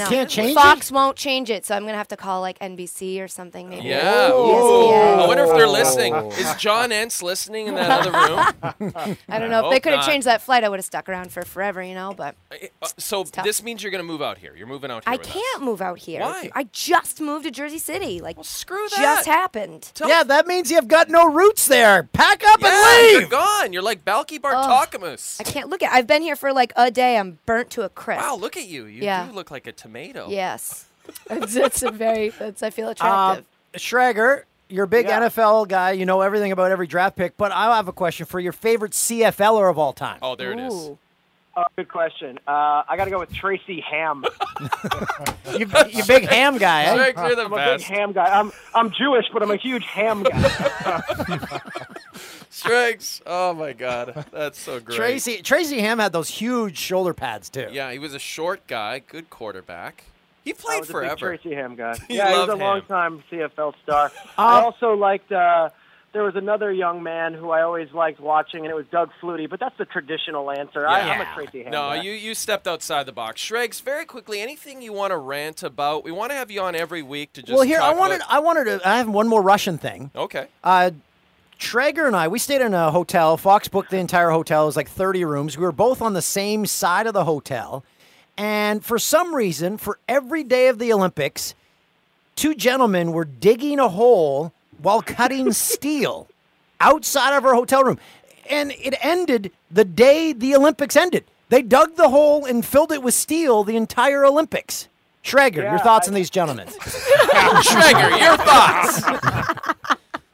Speaker 13: No.
Speaker 2: Can't change it?
Speaker 13: Fox won't change it, so I'm going to have to call like NBC or something maybe.
Speaker 3: Yeah.
Speaker 13: ESPN.
Speaker 3: I wonder if they're listening. Is John Entz listening in that other room?
Speaker 13: I don't know. If they
Speaker 3: Hope
Speaker 13: could have
Speaker 3: not.
Speaker 13: changed that flight, I would have stuck around for forever, you know, but
Speaker 3: Uh, So
Speaker 13: tough.
Speaker 3: this means you're going to move out here. You're moving out here.
Speaker 13: I
Speaker 3: with us.
Speaker 13: can't move out here.
Speaker 3: Why?
Speaker 13: I just moved to Jersey City. Like
Speaker 3: screw that.
Speaker 13: Just happened.
Speaker 2: yeah, that means you've got no roots there. Pack up and
Speaker 3: You're
Speaker 2: leave.
Speaker 3: gone. You're like Balky Bartakamus.
Speaker 13: I can't look at. I've been here for like a day. I'm burnt to a crisp.
Speaker 3: Wow, look at you. You
Speaker 13: Yeah.
Speaker 3: do look like a tomato.
Speaker 13: Yes, it's, it's a very. That's I feel
Speaker 2: Uh,
Speaker 13: attractive.
Speaker 2: Schrager, you're a big NFL guy. You know everything about every draft pick. But I have a question for your favorite CFLer er of all time.
Speaker 3: Oh, there it is.
Speaker 12: Oh, good question. Uh, I got to go with Tracy Ham.
Speaker 2: you, you big ham guy. eh?
Speaker 12: I'm a big ham guy. I'm I'm Jewish, but I'm a huge ham guy.
Speaker 3: Strikes. Oh my God, that's so great.
Speaker 2: Tracy Tracy Ham had those huge shoulder pads too.
Speaker 3: Yeah, he was a short guy, good quarterback. He played
Speaker 12: was a big
Speaker 3: forever.
Speaker 12: Tracy Ham guy.
Speaker 3: You
Speaker 12: yeah, he
Speaker 3: love
Speaker 12: was a
Speaker 3: him.
Speaker 12: long time CFL star. I also liked. Uh, there was another young man who I always liked watching, and it was Doug Flutie. But that's the traditional answer. I, I'm a Tracy Ham.
Speaker 3: No,
Speaker 12: guy.
Speaker 3: you, you stepped outside the box. Shregs, very quickly, anything you want to rant about? We want to have you on every week to just.
Speaker 2: well, here I
Speaker 3: talk
Speaker 2: wanted
Speaker 3: about-
Speaker 2: I wanted to I have one more Russian thing.
Speaker 3: Okay.
Speaker 2: Uh, Traeger and I, we stayed in a hotel. Fox booked the entire hotel. It was like 30 rooms. We were both on the same side of the hotel. And for some reason, for every day of the Olympics, two gentlemen were digging a hole while cutting steel outside of our hotel room. And it ended the day the Olympics ended. They dug the hole and filled it with steel the entire Olympics. Schrager, your thoughts on these gentlemen?
Speaker 3: Schrager, your thoughts.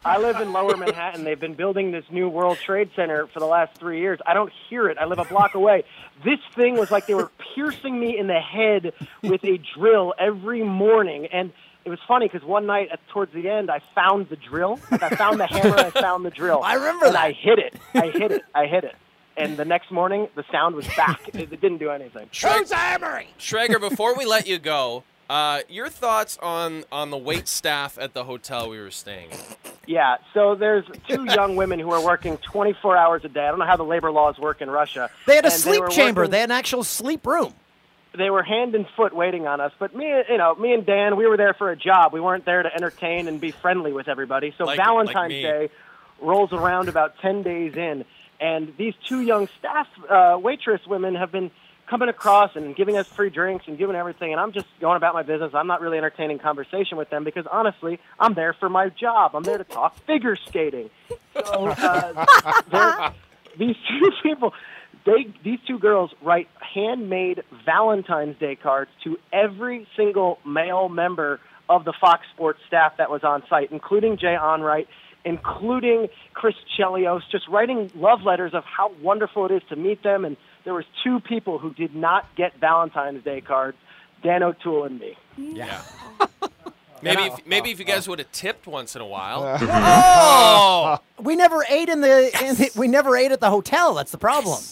Speaker 12: I live in Lower Manhattan. They've been building this new World Trade Center for the last three years. I don't hear it. I live a block away. This thing was like they were piercing me in the head with a drill every morning, and it was funny because one night at, towards the end, I found the drill. Like I found the hammer. I found the drill. I remember that. I hit it. I hit it. I hit it. And the next morning, the sound was back. It, it didn't do anything.
Speaker 3: Shreg- Schrager, before we let you go, uh, your thoughts on on the wait staff at the hotel we were staying at?
Speaker 12: Yeah, so there's two young women who are working 24 hours a day. I don't know how the labor laws work in Russia.
Speaker 2: They had a
Speaker 12: And
Speaker 2: sleep
Speaker 12: were
Speaker 2: chamber.
Speaker 12: working-
Speaker 2: They had an actual sleep room.
Speaker 12: they were hand and foot waiting on us. But me, you know, me and Dan, we were there for a job. We weren't there to entertain and be friendly with everybody. So
Speaker 14: Like- like
Speaker 12: Valentine's
Speaker 14: me.
Speaker 12: Day rolls around about ten days in, and these two young staff uh, waitress women have been coming across and giving us free drinks and giving everything. And I'm just going about my business. I'm not really entertaining conversation with them because honestly, I'm there for my job. I'm there to talk figure skating. So uh, they're- these two people, they these two girls write handmade Valentine's Day cards to every single male member of the Fox Sports staff that was on site, including Jay Onright, including Chris Chelios, just writing love letters of how wonderful it is to meet them. And there was two people who did not get Valentine's Day cards, Dan O'Toole and me.
Speaker 3: Yeah. maybe if, maybe if you guys would have tipped once in a while.
Speaker 2: Oh! we never ate in the, in the. We never ate at the hotel. That's the problem.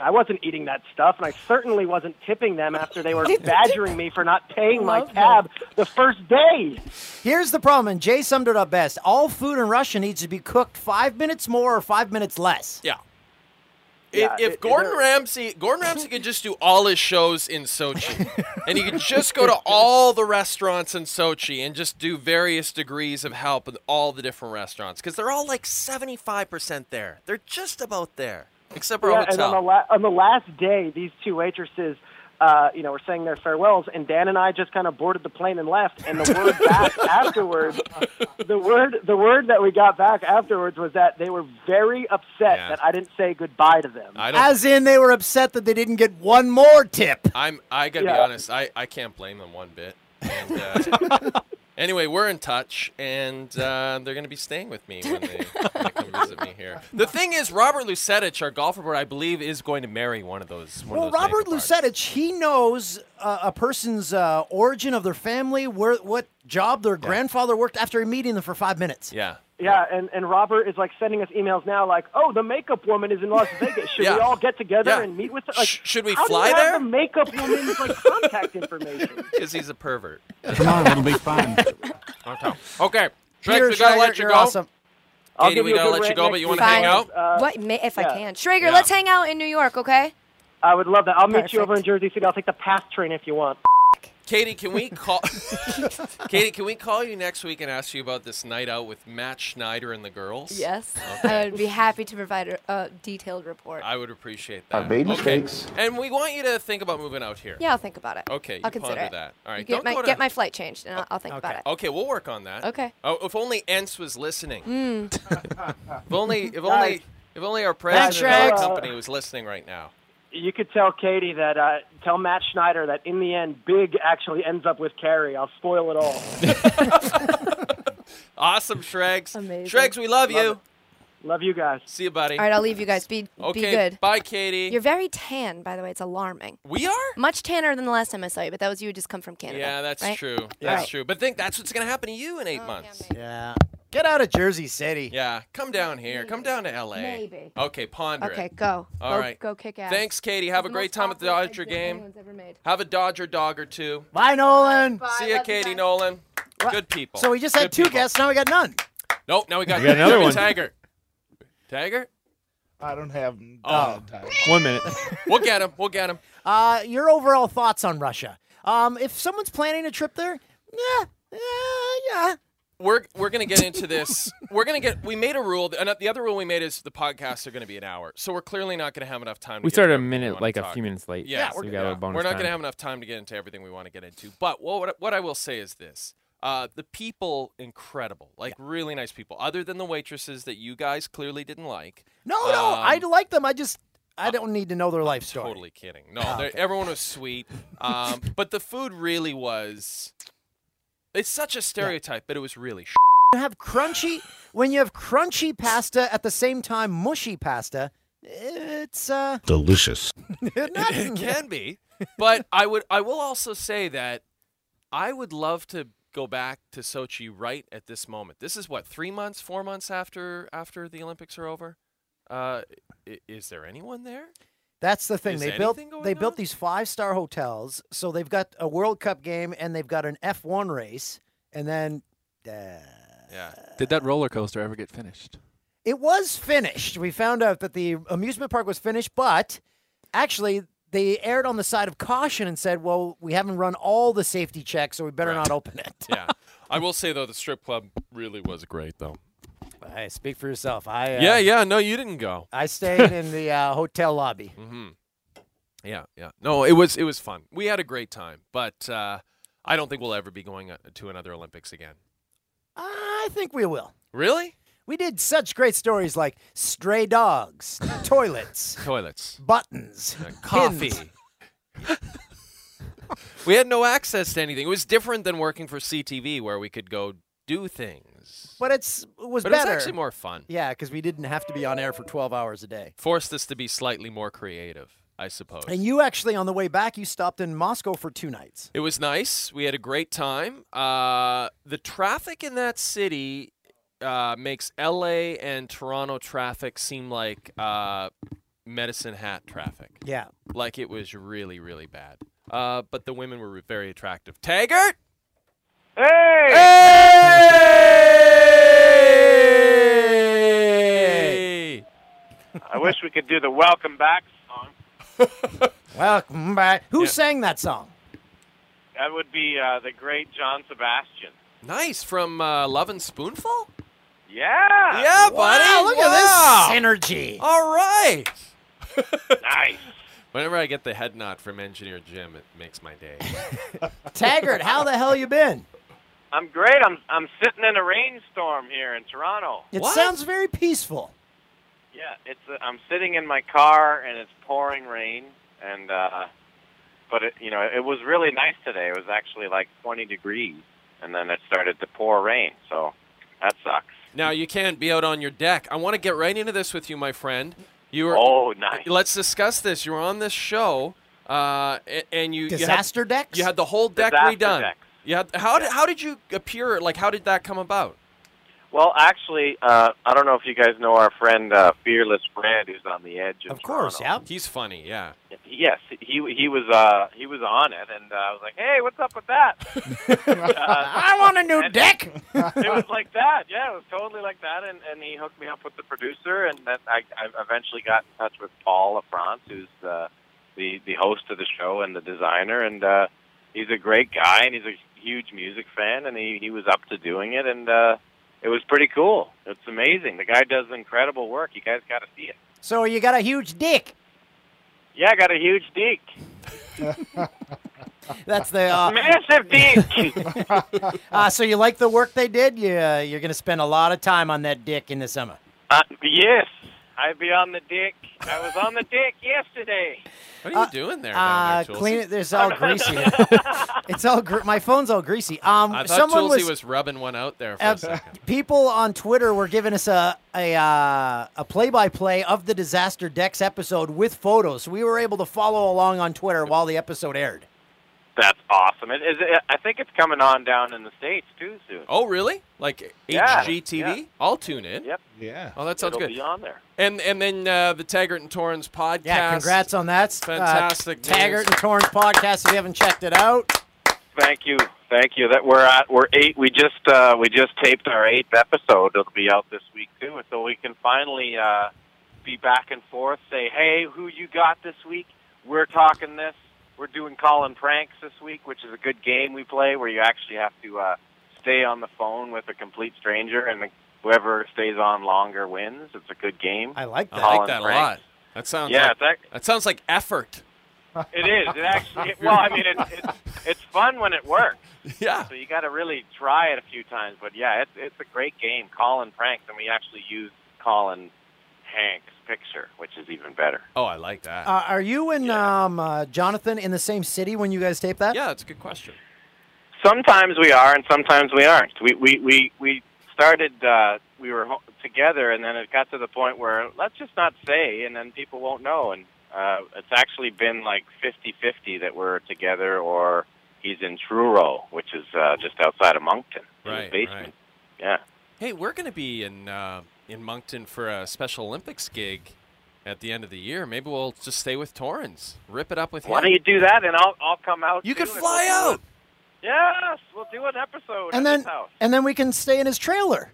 Speaker 12: I wasn't eating that stuff, and I certainly wasn't tipping them after they were badgering me for not paying my tab the first day.
Speaker 2: Here's the problem, and Jay summed it up best. All food in Russia needs to be cooked five minutes more or five minutes less.
Speaker 3: Yeah.
Speaker 2: Yeah,
Speaker 3: if if
Speaker 2: it-
Speaker 3: Gordon
Speaker 2: it-
Speaker 3: Ramsay, Gordon Ramsay could just do all his shows in Sochi, and he could just go to all the restaurants in Sochi and just do various degrees of help with all the different restaurants because they're all like seventy five percent there. They're just about there, except for
Speaker 12: yeah,
Speaker 3: our
Speaker 12: and
Speaker 3: hotel.
Speaker 12: on the, la- on the last day, these two waitresses, uh, you know, were saying their farewells, and Dan and I just kind of boarded the plane and left. And the word back afterwards, the word, the word that we got back afterwards was that they were very upset that I didn't say goodbye to them.
Speaker 3: I don't.
Speaker 2: As in, they were upset that they didn't get one more tip.
Speaker 3: I'm. I gotta be
Speaker 2: Yeah.
Speaker 3: honest. I, I can't blame them one bit. And, uh, anyway, we're in touch, and uh, they're gonna be staying with me when they, when they come visit me here. The thing is, Robert Lucetich, our golf reporter, I believe, is going to marry one of those. One
Speaker 2: Well,
Speaker 3: of those
Speaker 2: Robert
Speaker 3: makeup artists.
Speaker 2: Lucetich, he knows uh, a person's uh, origin of their family, where what job their grandfather worked after meeting them for five minutes.
Speaker 3: Yeah.
Speaker 12: Yeah, and, and Robert is like sending us emails now, like, "Oh, the makeup woman is in Las Vegas. Should
Speaker 3: Yeah.
Speaker 12: we all get together
Speaker 3: Yeah.
Speaker 12: and meet with her?" Like,
Speaker 3: should we
Speaker 12: how do you
Speaker 3: fly
Speaker 12: have
Speaker 3: there?
Speaker 12: The makeup woman's like contact information.
Speaker 3: Because he's a pervert.
Speaker 1: Come on, it'll be fine.
Speaker 3: Okay, Shrek,
Speaker 2: Peter
Speaker 3: we gotta
Speaker 2: Schrager,
Speaker 3: let you
Speaker 2: you're
Speaker 3: go.
Speaker 2: awesome.
Speaker 3: Katie, we gotta let you go, but you want to hang out?
Speaker 13: what, may, if I can. Schrager,
Speaker 3: uh, Yeah.
Speaker 13: let's hang out in New York, okay?
Speaker 12: I would love that. I'll meet you over in Jersey City. I'll take the PATH train if you want.
Speaker 3: Katie, can we call? Katie, can we call you next week and ask you about this night out with Matt Schneider and the girls?
Speaker 13: Yes.
Speaker 3: Okay.
Speaker 13: I would be happy to provide a, a detailed report.
Speaker 3: I would appreciate that.
Speaker 1: I've made
Speaker 3: Okay.
Speaker 1: mistakes.
Speaker 3: And we want you to think about moving out here.
Speaker 13: Yeah, I'll think about it.
Speaker 3: Okay, you
Speaker 13: I'll consider
Speaker 3: ponder
Speaker 13: it.
Speaker 3: that. All
Speaker 13: You
Speaker 3: right,
Speaker 13: get
Speaker 3: don't
Speaker 13: my
Speaker 3: go to- Oh,
Speaker 13: get my flight changed, and I'll, I'll think about it.
Speaker 3: Okay, we'll work on that.
Speaker 13: Okay.
Speaker 3: Oh, if only Ents was listening.
Speaker 13: Mm.
Speaker 3: If only, if
Speaker 12: Guys.
Speaker 3: only, if only our
Speaker 12: Thanks,
Speaker 3: president of our
Speaker 12: Rex.
Speaker 3: company was listening right now.
Speaker 12: You could tell Katie that, uh, tell Matt Schneider that in the end, Big actually ends up with Carrie. I'll spoil it all.
Speaker 3: Awesome, Shregs. Amazing. Shregs, we love, you.
Speaker 12: Love you guys.
Speaker 3: See you, buddy.
Speaker 13: All right, I'll leave you guys. Be
Speaker 3: Okay,
Speaker 13: be good.
Speaker 3: Bye, Katie.
Speaker 13: You're very tan, by the way. It's alarming.
Speaker 3: We are
Speaker 13: much tanner than the last time I saw you, but that was you had just come from Canada.
Speaker 3: Yeah, that's
Speaker 13: right? Oh,
Speaker 3: true. That's
Speaker 2: Yeah.
Speaker 3: true. But think that's what's going to happen to you in eight months.
Speaker 2: Yeah. Get out of Jersey City.
Speaker 3: Yeah, come down here. Come down to L.A.
Speaker 13: Maybe.
Speaker 3: Okay, ponder it.
Speaker 13: Okay, go.
Speaker 3: All
Speaker 13: Go-
Speaker 3: right.
Speaker 13: go kick ass.
Speaker 3: Thanks, Katie. Have
Speaker 13: It's
Speaker 3: a
Speaker 13: the
Speaker 3: great
Speaker 13: most
Speaker 3: time at the
Speaker 13: awkward
Speaker 3: Dodger
Speaker 13: exit
Speaker 3: game.
Speaker 13: anyone's ever made.
Speaker 3: Have a Dodger dog or two.
Speaker 2: Bye, Nolan.
Speaker 3: See ya, Katie Nolan. Good people.
Speaker 2: So we just had
Speaker 3: Good
Speaker 2: two
Speaker 3: people.
Speaker 2: guests. Now we got none.
Speaker 3: Nope. Now we got,
Speaker 6: We got another
Speaker 3: Jimmy
Speaker 6: one.
Speaker 3: Tiger. Tiger.
Speaker 1: I don't have.
Speaker 3: Oh.
Speaker 6: One minute.
Speaker 3: we'll get him. We'll get him.
Speaker 2: Uh, your overall thoughts on Russia? Um, if someone's planning a trip there, yeah, yeah, yeah.
Speaker 3: We're we're gonna get into this. we're gonna get. We made a rule. And the other rule we made is the podcasts are gonna be an hour. So we're clearly not gonna have enough time. To
Speaker 6: We
Speaker 3: get
Speaker 6: started
Speaker 3: to
Speaker 6: a
Speaker 3: everything we
Speaker 6: minute,
Speaker 3: wanna
Speaker 6: like a
Speaker 3: talk.
Speaker 6: few minutes late.
Speaker 3: Yeah,
Speaker 6: so we got a little bonus
Speaker 3: We're not
Speaker 6: time.
Speaker 3: to have enough time to get into everything we want to get into. But what what, what I will say is this: uh, the people, incredible, like really nice people. Other than the waitresses that you guys clearly didn't like.
Speaker 2: No, no,
Speaker 3: um, uh,
Speaker 2: I like them. I just I don't need to know their life story.
Speaker 3: Totally kidding. No,
Speaker 2: Ah,
Speaker 3: they're- everyone was sweet, um, but the food really was. It's such a stereotype, but it was really. Sh-
Speaker 2: You have crunchy when you have crunchy pasta at the same time mushy pasta. It's uh,
Speaker 1: Delicious.
Speaker 3: it can be, but I would. I will also say that I would love to go back to Sochi right at this moment. This is what three months, four months after after the Olympics are over. Uh, i- is there anyone there?
Speaker 2: That's the thing.
Speaker 3: Is
Speaker 2: they built
Speaker 3: anything going
Speaker 2: they built these five star hotels, so they've got a World Cup game and they've got an F one race, and then uh,
Speaker 3: Yeah.
Speaker 15: Did that roller coaster ever get finished?
Speaker 2: it was finished. We found out that the amusement park was finished, but actually they erred on the side of caution and said, "Well, we haven't run all the safety checks, so we better not open it."
Speaker 3: yeah. I will say though, the strip club really was great though.
Speaker 2: Hey, speak for yourself. I uh,
Speaker 3: yeah, yeah. No, you didn't go.
Speaker 2: I stayed in the uh, hotel lobby.
Speaker 3: Mm-hmm. Yeah, yeah. No, it was it was fun. We had a great time, but uh, I don't think we'll ever be going uh, to another Olympics again.
Speaker 2: I think we will.
Speaker 3: Really?
Speaker 2: We did such great stories like stray dogs, toilets,
Speaker 3: Toilets,
Speaker 2: buttons,
Speaker 3: uh, coffee.
Speaker 2: pins.
Speaker 3: we had no access to anything. It was different than working for CTV, where we could go do things.
Speaker 2: But it's it was
Speaker 3: But it was
Speaker 2: better.
Speaker 3: actually more fun.
Speaker 2: Yeah, because we didn't have to be on air for 12 hours a day.
Speaker 3: Forced us to be slightly more creative, I suppose.
Speaker 2: And you actually, on the way back, you stopped in Moscow for two nights.
Speaker 3: It was nice. We had a great time. Uh, the traffic in that city uh, makes LA and Toronto traffic seem like uh, medicine hat traffic.
Speaker 2: Yeah.
Speaker 3: Like it was really, really bad. Uh, but the women were very attractive. Taggart!
Speaker 8: Hey!
Speaker 3: Hey!
Speaker 8: I wish we could do the welcome back song.
Speaker 2: Welcome back. Who sang that song?
Speaker 8: That would be uh, the great John Sebastian.
Speaker 3: Nice. From uh, Love and Spoonful?
Speaker 8: Yeah.
Speaker 3: Yeah, buddy. Wow.
Speaker 2: synergy.
Speaker 3: All right.
Speaker 8: nice.
Speaker 3: Whenever I get the head nod from Engineer Jim, it makes my day.
Speaker 2: Taggart, how the hell you been?
Speaker 8: I'm great. I'm I'm sitting in a rainstorm here in Toronto.
Speaker 2: It sounds very peaceful.
Speaker 8: Yeah, it's. i I'm sitting in my car and it's pouring rain, and uh, but it, you know it was really nice today. It was actually like 20 degrees, and then it started to pour rain. So that sucks.
Speaker 3: Now you can't be out on your deck. I want to get right into this with you, my friend. You were
Speaker 8: Oh, nice.
Speaker 3: Let's discuss this. You were on this show, uh, a- and you
Speaker 2: Disaster
Speaker 3: you had,
Speaker 2: decks?
Speaker 3: You had the whole deck
Speaker 8: Disaster
Speaker 3: redone.
Speaker 8: decks.
Speaker 3: You had, how did how did you appear? Like how did that come about?
Speaker 8: Well, actually, uh, I don't know if you guys know our friend uh, Fearless Fred, who's on the edge. Of,
Speaker 2: course, yeah.
Speaker 3: He's funny, yeah.
Speaker 8: Yes, he he was uh, he was on it, and uh, I was like, "Hey, what's up with that?" uh,
Speaker 2: I want a new deck.
Speaker 8: it was like that. Yeah, it was totally like that. And, and he hooked me up with the producer, and then I, I eventually got in touch with Paul LaFrance, who's the, the the host of the show and the designer. And uh, he's a great guy, and he's a huge music fan, and he he was up to doing it, and uh, it was pretty cool. It's amazing. The guy does incredible work. You guys got to see it.
Speaker 2: So you got a huge dick.
Speaker 8: Yeah, I got a huge deke.
Speaker 2: That's the uh,
Speaker 8: Massive
Speaker 2: dick. uh, so you like the work they did? You, uh, you're going to spend a lot of time on that dick in the summer.
Speaker 8: Uh, yes, I'd be on the dick. I was on the dick yesterday.
Speaker 3: What are you doing there?
Speaker 2: Uh,
Speaker 3: down there, Tulsi?
Speaker 2: clean it. There's all greasy. it's all. Gr- my phone's all greasy. Um,
Speaker 3: I thought
Speaker 2: someone
Speaker 3: Tulsi
Speaker 2: was.
Speaker 3: was, rubbing one out there for
Speaker 2: Uh,
Speaker 3: a second.
Speaker 2: People on Twitter were giving us a a uh, a play by play of the Disaster Dex episode with photos. So we were able to follow along on Twitter while the episode aired.
Speaker 8: That's awesome. It is, it, I think it's coming on down in the states too soon.
Speaker 3: Oh, really? Like
Speaker 8: Yeah,
Speaker 3: HGTV?
Speaker 8: yeah.
Speaker 3: I'll tune in.
Speaker 8: Yep.
Speaker 1: Yeah.
Speaker 3: Oh, that sounds
Speaker 8: It'll
Speaker 3: good.
Speaker 8: be on there.
Speaker 3: And and then uh, the Taggart and Torrens podcast.
Speaker 2: Yeah, congrats on that. Uh,
Speaker 3: Fantastic news.
Speaker 2: Taggart and Torrance podcast. If you haven't checked it out,
Speaker 8: Thank you, thank you. That we're at we're eight. We just uh, we just taped our eighth episode. It'll be out this week too, so we can finally uh, be back and forth. Say, hey, who you got this week? We're talking this. We're doing calling pranks this week, which is a good game we play where you actually have to uh, stay on the phone with a complete stranger, and whoever stays on longer wins. It's a good game.
Speaker 2: I like
Speaker 3: I
Speaker 2: that.
Speaker 3: like
Speaker 8: Colin
Speaker 3: that a
Speaker 8: Frank.
Speaker 3: lot. That sounds
Speaker 8: Yeah,
Speaker 3: like,
Speaker 8: it's act-
Speaker 3: that sounds like effort.
Speaker 8: It is. It actually. It, well, I mean, it's it's it's fun when it works.
Speaker 3: Yeah.
Speaker 8: So you got to really try it a few times. But yeah, it's it's a great game. Colin pranks, and we actually use Colin Hank's picture, which is even better.
Speaker 3: Oh, I like that.
Speaker 2: Uh, are you and um, uh, Jonathan in the same city when you guys tape that?
Speaker 3: yeah, that's a good question.
Speaker 8: Sometimes we are, and sometimes we aren't. We we we we started. Uh, we were ho- together, and then it got to the point where let's just not say, and then people won't know. And uh, it's actually been like fifty-fifty that we're together, or he's in Truro, which is uh, just outside of Moncton, in his
Speaker 3: Right,
Speaker 8: basement.
Speaker 3: right.
Speaker 8: Yeah.
Speaker 3: Hey, we're going to be in uh, in Moncton for a Special Olympics gig at the end of the year. Maybe we'll just stay with Torrens, rip it up with him.
Speaker 8: Why don't you do that, and I'll I'll come out.
Speaker 3: You
Speaker 8: too,
Speaker 3: could
Speaker 8: and
Speaker 3: fly
Speaker 8: we'll do
Speaker 3: out.
Speaker 8: it. Yes, we'll do an episode.
Speaker 2: And
Speaker 8: at
Speaker 2: then
Speaker 8: his house.
Speaker 2: and then we can stay in his trailer,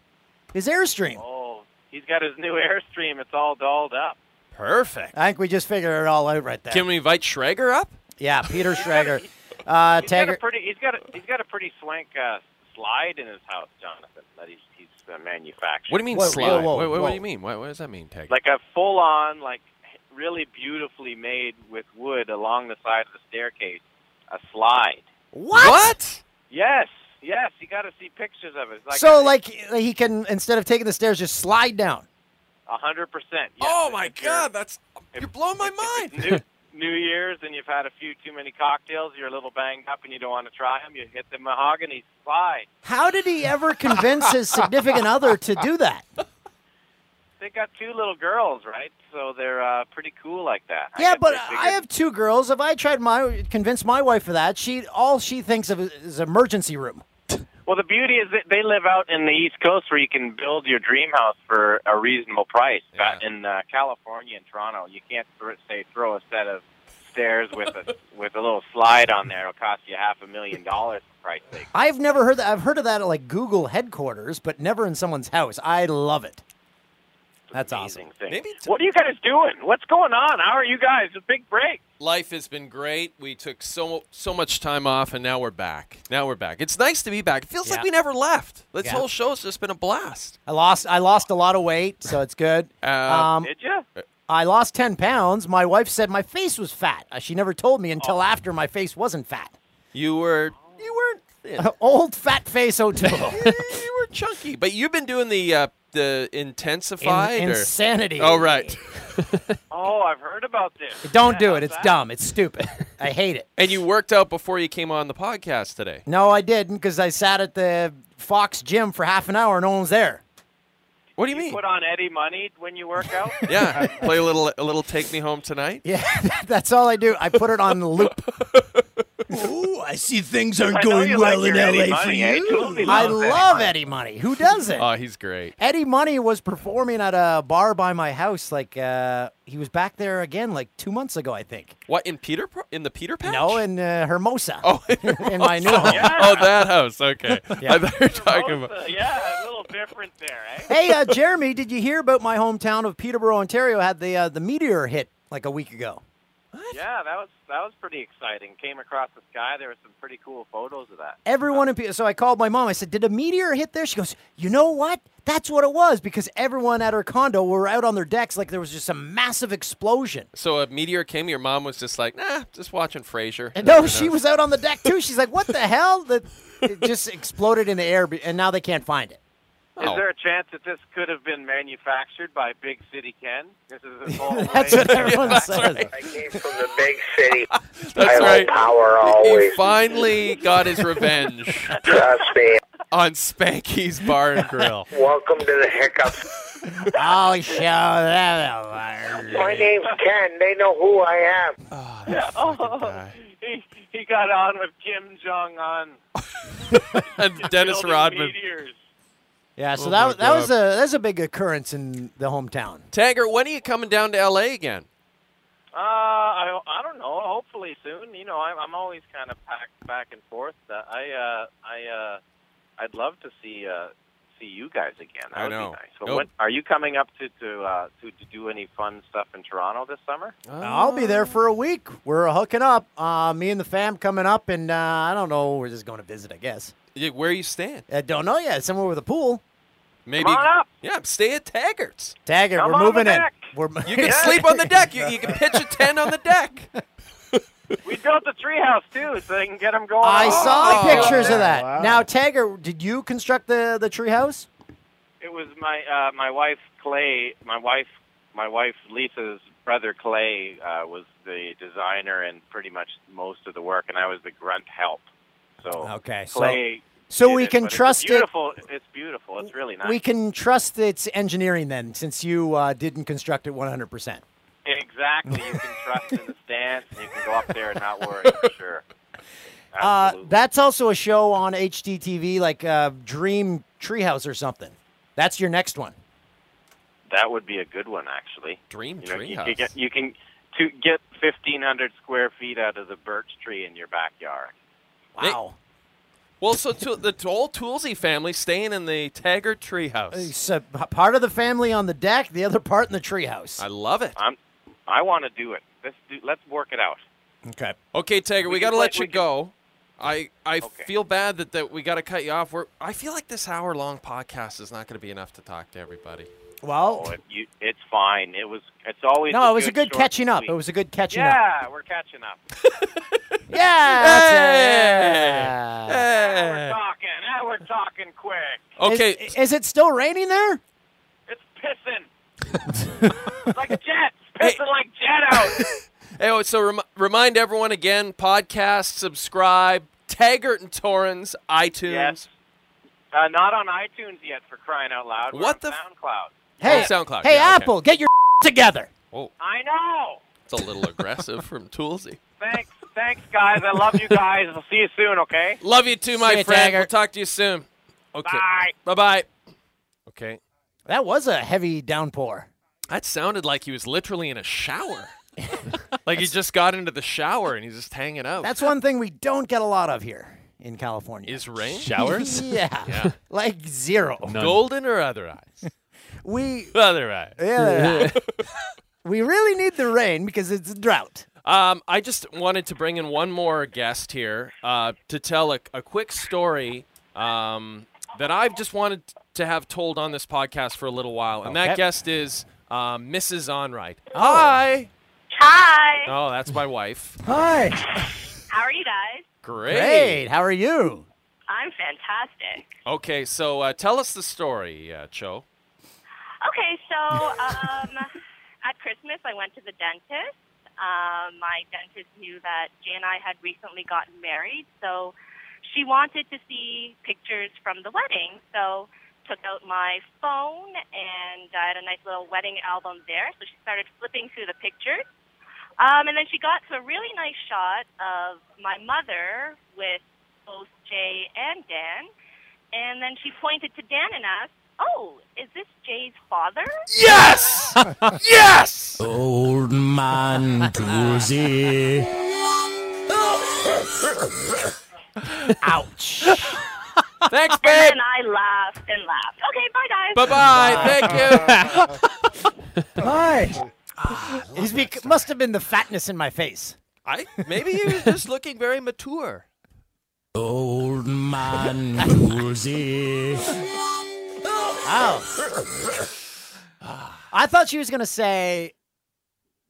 Speaker 2: his airstream.
Speaker 8: Oh, he's got his new airstream. It's all dolled up.
Speaker 3: Perfect.
Speaker 2: I think we just figured it all out right there.
Speaker 3: Can we invite Schrager up?
Speaker 2: Yeah, Peter Schrager. Uh,
Speaker 8: He's got a
Speaker 2: Tagger.
Speaker 8: pretty. He's got a. He's got a pretty swank uh, slide in his house, Jonathan. That he's he's uh, manufactured.
Speaker 3: What do you mean
Speaker 8: Whoa,
Speaker 3: slide?
Speaker 8: whoa, whoa,
Speaker 3: Wait, wait,
Speaker 8: whoa.
Speaker 3: What do you mean? What, what does that mean, Tag?
Speaker 8: Like a full on, like really beautifully made with wood along the side of the staircase, a slide.
Speaker 2: What?
Speaker 8: Yes, yes. You got to see pictures of it. It's like uh,
Speaker 2: so, like, he can, instead of taking the stairs, just slide down.
Speaker 8: a hundred percent.
Speaker 3: Oh my God, that's you're blowing my
Speaker 8: mind. New Year's and you've had a few too many cocktails, you're a little banged up and you don't want to try them. You hit the mahogany slide.
Speaker 2: How did he ever convince his significant other to do that?
Speaker 8: They got two little girls, right? So they're uh, pretty cool like that. I
Speaker 2: Yeah,
Speaker 8: guess
Speaker 2: but uh,
Speaker 8: they figured-
Speaker 2: I have two girls. If I tried my convince my wife of that, she all she thinks of is emergency room.
Speaker 8: Well, the beauty is that they live out in the East Coast where you can build your dream house for a reasonable price. But in uh, California and Toronto, you can't th- say throw a set of stairs with a with a little slide on there. It'll cost you half a million dollars for Christ's sake.
Speaker 2: I've never heard that. I've heard of that at like Google headquarters, but never in someone's house. I love it. That's awesome.
Speaker 8: what are you guys doing? What's going on? How are you guys? A big break.
Speaker 3: Life has been great. We took so so much time off, and now we're back. Now we're back. It's nice to be back. It feels
Speaker 2: Yeah.
Speaker 3: like we never left. This
Speaker 2: Yeah.
Speaker 3: whole show's just been a blast.
Speaker 2: I lost I lost a lot of weight, so it's good. Um,
Speaker 8: did you?
Speaker 2: I lost ten pounds. My wife said my face was fat. Uh, She never told me
Speaker 8: Oh.
Speaker 2: until after my face wasn't fat.
Speaker 3: You were you weren't
Speaker 2: Uh,
Speaker 3: thin.
Speaker 2: Old fat face O'Toole.
Speaker 3: you were chunky, but you've been doing the uh, the intensified
Speaker 2: In-
Speaker 3: or-
Speaker 2: insanity.
Speaker 3: Oh right,
Speaker 8: Oh, I've heard about this.
Speaker 2: Don't do it. It's dumb. It's stupid. I hate it.
Speaker 3: and you worked out before you came on the podcast today.
Speaker 2: No, I didn't because I sat at the Fox gym for half an hour and no one was there.
Speaker 3: What do you
Speaker 8: You
Speaker 3: mean?
Speaker 8: put on Eddie money when you work out.
Speaker 3: Yeah, play a little a little take me home tonight.
Speaker 2: Yeah, that's all I do. I put it on the loop.
Speaker 14: Ooh, I see things
Speaker 2: I
Speaker 14: aren't
Speaker 2: know
Speaker 14: going
Speaker 2: you
Speaker 14: well
Speaker 2: like
Speaker 14: in
Speaker 2: your
Speaker 14: LA
Speaker 2: Eddie
Speaker 14: for
Speaker 2: Money, eh?
Speaker 14: you.
Speaker 2: Totally I love Eddie love Money. Eddie Money. Who doesn't?
Speaker 3: Oh, he's great.
Speaker 2: Eddie Money was performing at a bar by my house. Like uh, he was back there again, like two months ago, I think.
Speaker 3: What in Peter Pro- in the Peter Patch?
Speaker 2: No, in uh, Hermosa. Oh, in my new
Speaker 3: Oh,
Speaker 2: home.
Speaker 3: oh, that house. Okay,
Speaker 2: Yeah.
Speaker 3: I thought you were talking about.
Speaker 8: yeah, a little different there, eh?
Speaker 2: Hey, uh, Jeremy, did you hear about my hometown of Peterborough, Ontario? Had the uh, the meteor hit like a week ago.
Speaker 8: Yeah, that was that was pretty exciting. Came across the sky. There were some pretty cool photos of that.
Speaker 2: Everyone in Pe- so I called my mom. I said, "Did a meteor hit there?" She goes, "You know what? That's what it was because everyone at her condo were out on their decks like there was just a massive explosion."
Speaker 3: So a meteor came. Your mom was just like, nah, just watching Frasier.
Speaker 2: And no, she was out on the deck too. She's like, "What the hell?" That it just exploded in the air, be- and now they can't find it.
Speaker 8: Is
Speaker 3: Oh.
Speaker 8: there a chance that this could have been manufactured by Big City Ken? This is a whole
Speaker 2: That's what everyone
Speaker 8: Yeah, that's
Speaker 2: says.
Speaker 8: right.
Speaker 16: I came from the big city.
Speaker 3: That's
Speaker 16: I
Speaker 3: right.
Speaker 16: Like power
Speaker 3: He
Speaker 16: always.
Speaker 3: finally got his revenge
Speaker 16: Trust me.
Speaker 3: on Spanky's Bar and Grill.
Speaker 16: Welcome to the hiccups.
Speaker 2: I'll show them.
Speaker 16: My name's Ken. They know who I am.
Speaker 3: Ah,
Speaker 8: Oh, he, he got on with Kim Jong Un.
Speaker 3: and Dennis Rodman.
Speaker 2: Yeah, so
Speaker 3: Oh my
Speaker 2: that that was a
Speaker 3: God.
Speaker 2: that's a big occurrence in the hometown.
Speaker 3: Tagger, when are you coming down to LA again?
Speaker 8: Uh, I, I don't know. Hopefully soon. You know, I'm, I'm always kind of packed back and forth. Uh, I uh, I uh, I'd love to see uh, see you guys again. That
Speaker 3: I
Speaker 8: would
Speaker 3: know.
Speaker 8: Be nice. So
Speaker 3: Nope.
Speaker 8: when, are you coming up to to, uh, to to do any fun stuff in Toronto this summer?
Speaker 2: I'll be there for a week. We're hooking up. Uh, me and the fam coming up, and uh, I don't know. We're just going to visit, I guess.
Speaker 3: Yeah, Where you staying?
Speaker 2: I don't know yet. Somewhere with a pool.
Speaker 3: Maybe.
Speaker 2: Come on up.
Speaker 3: Yeah, stay at Taggart's.
Speaker 2: Taggart,
Speaker 3: Come
Speaker 2: we're
Speaker 3: on the
Speaker 2: moving in.
Speaker 3: deck.
Speaker 2: We're
Speaker 3: You can sleep on the deck. You, you can pitch a tent on the deck.
Speaker 8: We built a treehouse too, so they can get them going.
Speaker 2: I
Speaker 8: on.
Speaker 2: saw
Speaker 8: Oh,
Speaker 2: pictures
Speaker 8: yeah.
Speaker 2: of that. Now, Taggart, did you construct the the treehouse?
Speaker 8: It was my uh, my wife Clay, my wife my wife Lisa's brother Clay uh, was the designer and pretty much most of the work, and I was the grunt help. So
Speaker 2: Okay, so-
Speaker 8: Clay.
Speaker 2: so
Speaker 8: did
Speaker 2: we
Speaker 8: it,
Speaker 2: can
Speaker 8: but it's a
Speaker 2: trust it-
Speaker 8: beautiful, it. It's beautiful. It's really nice.
Speaker 2: We can trust its engineering then, since you uh, didn't construct it 100. percent
Speaker 8: exactly. You can trust in the stance, and you can go up there and not worry for sure.
Speaker 2: Uh, that's also a show on HDTV, like uh, Dream Treehouse or something. That's your next one.
Speaker 8: That would be a good one, actually.
Speaker 3: Dream
Speaker 8: you know, you
Speaker 3: treehouse.
Speaker 8: can get, you can to get 1,500 square feet out of the birch tree in your backyard.
Speaker 2: Wow.
Speaker 3: well, so to, the whole Toolsy family staying in the Taggart treehouse.
Speaker 2: It's, uh, p- part of the family on the deck, the other part in the treehouse.
Speaker 3: I love it.
Speaker 8: I'm I want to do it. Let's do, let's work it out.
Speaker 2: Okay.
Speaker 3: Okay, Tiger, we,
Speaker 8: We
Speaker 3: got to
Speaker 8: can play-
Speaker 3: let you
Speaker 8: we can-
Speaker 3: go. I I feel bad that, that we got to cut you off. We're, I feel like this hour long podcast is not going to be enough to talk to everybody.
Speaker 2: Well,
Speaker 8: Oh, it, you, it's fine. It was. It's always.
Speaker 2: no, it was a good
Speaker 8: short and
Speaker 2: catching up.
Speaker 8: sweet.
Speaker 2: It was a good catching up.
Speaker 8: yeah, we're catching up.
Speaker 2: Yeah. that's it.
Speaker 8: Now we're talking. Now we're talking quick.
Speaker 2: Is, is it still raining there?
Speaker 8: It's pissing. It's like jets. Pissing like jet out.
Speaker 3: Hey, oh, so rem- remind everyone again: podcast, subscribe, Taggart and Torrens, iTunes.
Speaker 8: Yes. Uh, not on iTunes yet, for crying out loud. We're
Speaker 3: What
Speaker 8: on
Speaker 3: the f-
Speaker 8: SoundCloud.
Speaker 2: Hey,
Speaker 3: Oh, SoundCloud.
Speaker 2: Hey,
Speaker 3: Yeah, okay.
Speaker 2: Apple, get your together.
Speaker 3: Oh,
Speaker 8: I know.
Speaker 3: it's a little aggressive from Toolsy.
Speaker 8: Thanks, thanks, guys. I love you guys. I'll see you soon. Okay.
Speaker 3: Love you too, my
Speaker 8: See ya,
Speaker 3: friend.
Speaker 8: Taggart.
Speaker 3: We'll talk to you soon. Okay.
Speaker 8: Bye.
Speaker 3: Bye. Bye. Okay.
Speaker 2: That was a heavy downpour.
Speaker 3: That sounded like he was literally in a shower. like he just got into the shower and he's just hanging out.
Speaker 2: That's one thing we don't get a lot of here in California.
Speaker 3: Is rain
Speaker 2: yeah.
Speaker 3: Yeah.
Speaker 2: Like zero.
Speaker 3: Golden or other eyes?
Speaker 2: We
Speaker 3: Other eye.
Speaker 2: yeah. we really need the rain because it's a drought.
Speaker 3: Um, I just wanted to bring in one more guest here uh, to tell a, a quick story um, that I've just wanted to have told on this podcast for a little while, and
Speaker 2: Okay. Oh.
Speaker 3: that guest is um, Mrs. Onright.
Speaker 17: Hi. Hi.
Speaker 3: Oh, that's my wife.
Speaker 2: Hi.
Speaker 17: How are you guys?
Speaker 3: Great.
Speaker 2: How are you?
Speaker 17: I'm fantastic.
Speaker 3: Okay, so uh, tell us the story, uh, Cho.
Speaker 17: Okay, so um, at Christmas, I went to the dentist. Um, my dentist knew that Jay and I had recently gotten married, so she wanted to see pictures from the wedding. So took out my phone and I had a nice little wedding album there. So she started flipping through the pictures. Um, and then she got to a really nice shot of my mother with both Jay and Dan. And then she pointed to Dan and asked, Oh, is this Jay's father?
Speaker 3: Yes! yes!
Speaker 14: Old man Toolsy.
Speaker 2: Ouch.
Speaker 3: Thanks,
Speaker 17: And
Speaker 3: babe.
Speaker 17: then I laughed and laughed. Okay, bye, guys.
Speaker 3: Bye bye. Thank you.
Speaker 2: Hi. Ah, He's bec- must have been the fatness in my face.
Speaker 3: I maybe he was just looking very mature.
Speaker 14: Old man Toolsy.
Speaker 2: Wow. I thought she was gonna say,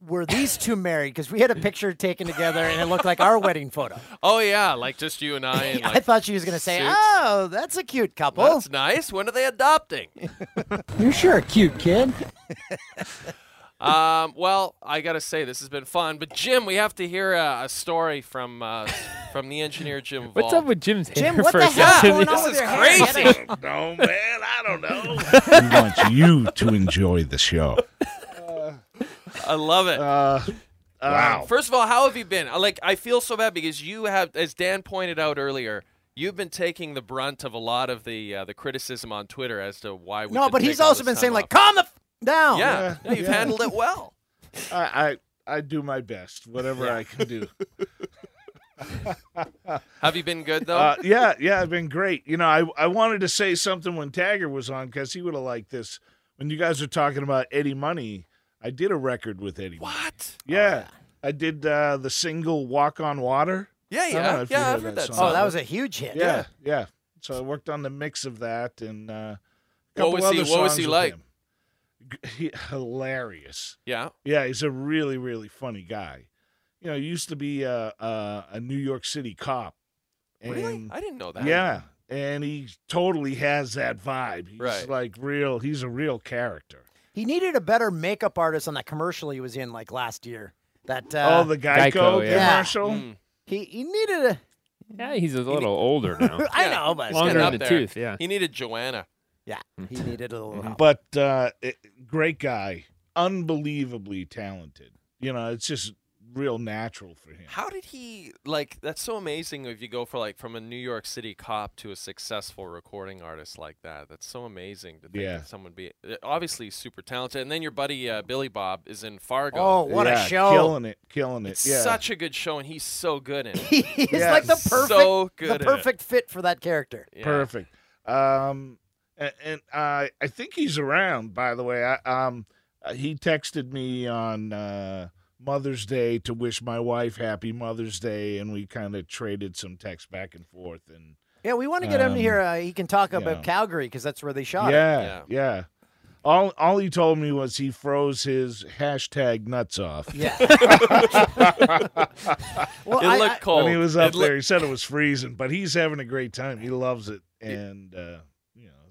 Speaker 2: "Were these two married?" Because we had a picture taken together and it looked like our wedding photo.
Speaker 3: Oh yeah, like just you and I. And
Speaker 2: I
Speaker 3: like,
Speaker 2: thought she was gonna say,
Speaker 3: suits.
Speaker 2: "Oh, that's a cute couple."
Speaker 3: that's nice. When are they adopting?
Speaker 9: You're sure a cute kid.
Speaker 3: um, well, I gotta say this has been fun, but Jim, we have to hear a, a story from uh, from the engineer Jim.
Speaker 6: What's
Speaker 3: Voll.
Speaker 6: up with Jim's hair?
Speaker 3: Jim, what
Speaker 6: for
Speaker 3: the
Speaker 6: a
Speaker 3: hell's
Speaker 6: second?
Speaker 3: going on with your hair? Get it. No, man, I don't know.
Speaker 1: we want you to enjoy the show.
Speaker 3: I love it.
Speaker 6: Uh,
Speaker 3: Um,
Speaker 1: Wow.
Speaker 3: First of all, how have you been? I- Like, I feel so bad because you have, as Dan pointed out earlier, you've been taking the brunt of a lot of the uh, the criticism on Twitter as to why we.
Speaker 2: no, but he's also been saying like, "Calm the f- down."
Speaker 3: Yeah, yeah, you've handled it well.
Speaker 1: I, I I do my best, whatever I can do.
Speaker 3: Have you been good though?
Speaker 1: Uh, yeah, yeah, I've been great. You know, I I wanted to say something when Tagger was on because he would have liked this. When you guys were talking about Eddie Money, I did a record with Eddie. What?
Speaker 2: Oh,
Speaker 1: Yeah, I did uh, the single "Walk on Water."
Speaker 3: Yeah,
Speaker 1: I don't
Speaker 3: yeah.
Speaker 1: know if you
Speaker 3: Yeah, I've heard that song.
Speaker 2: Oh, that was a huge hit.
Speaker 1: Yeah, yeah, So I worked on the mix of that and uh, a
Speaker 3: What
Speaker 1: couple
Speaker 3: was he-
Speaker 1: other
Speaker 3: what was he
Speaker 1: songs with
Speaker 3: like?
Speaker 1: him. G- He, hilarious.
Speaker 3: Yeah.
Speaker 1: Yeah, he's a really really funny guy. You know, he used to be a a, a New York City cop.
Speaker 3: Really?
Speaker 1: and-
Speaker 3: I didn't know that.
Speaker 1: Yeah, and he totally has that vibe. He's
Speaker 3: Right.
Speaker 1: like real. He's a real character.
Speaker 2: He needed a better makeup artist on that commercial he was in like last year. That uh,
Speaker 1: Oh, the Geico Geico, yeah. commercial? Mm.
Speaker 2: He he needed a.
Speaker 6: Yeah, he's a little older now.
Speaker 2: I know, but
Speaker 6: He's Longer getting in up the there. tooth, yeah. Mm-hmm.
Speaker 3: He needed Joanna.
Speaker 2: Yeah, he needed a little help.
Speaker 1: But uh, it- great guy, unbelievably talented. You know, it's just real natural for him.
Speaker 3: How did he like? That's so amazing. If you go for like from a New York City cop to a successful recording artist like that, that's so amazing to think
Speaker 1: Yeah.
Speaker 3: that someone be uh, obviously super talented. And then your buddy uh, Billy Bob is in Fargo.
Speaker 2: Oh,
Speaker 1: Yeah, Killing it, killing it.
Speaker 3: It's
Speaker 1: yeah.
Speaker 3: such a good show, and he's so good in it. he's
Speaker 2: He's like the perfect,
Speaker 3: so good
Speaker 2: the
Speaker 3: at it.
Speaker 2: perfect fit for that character.
Speaker 1: Perfect. Um, and, and I I think he's around. By the way, I um uh, he texted me on uh, Mother's Day to wish my wife happy Mother's Day, and we kind of traded some texts back and forth. And
Speaker 2: Yeah, we want to get him
Speaker 1: Um,
Speaker 2: here. Uh, he can talk
Speaker 1: yeah.
Speaker 2: about Calgary because that's where they shot. it.
Speaker 1: yeah, yeah, All all he told me was he froze his hashtag nuts off.
Speaker 2: Yeah.
Speaker 1: well,
Speaker 2: It I- looked
Speaker 1: When
Speaker 2: cold.
Speaker 1: he was up
Speaker 3: It loo-
Speaker 1: there, he said it was freezing, but he's having a great time. He loves it, and uh,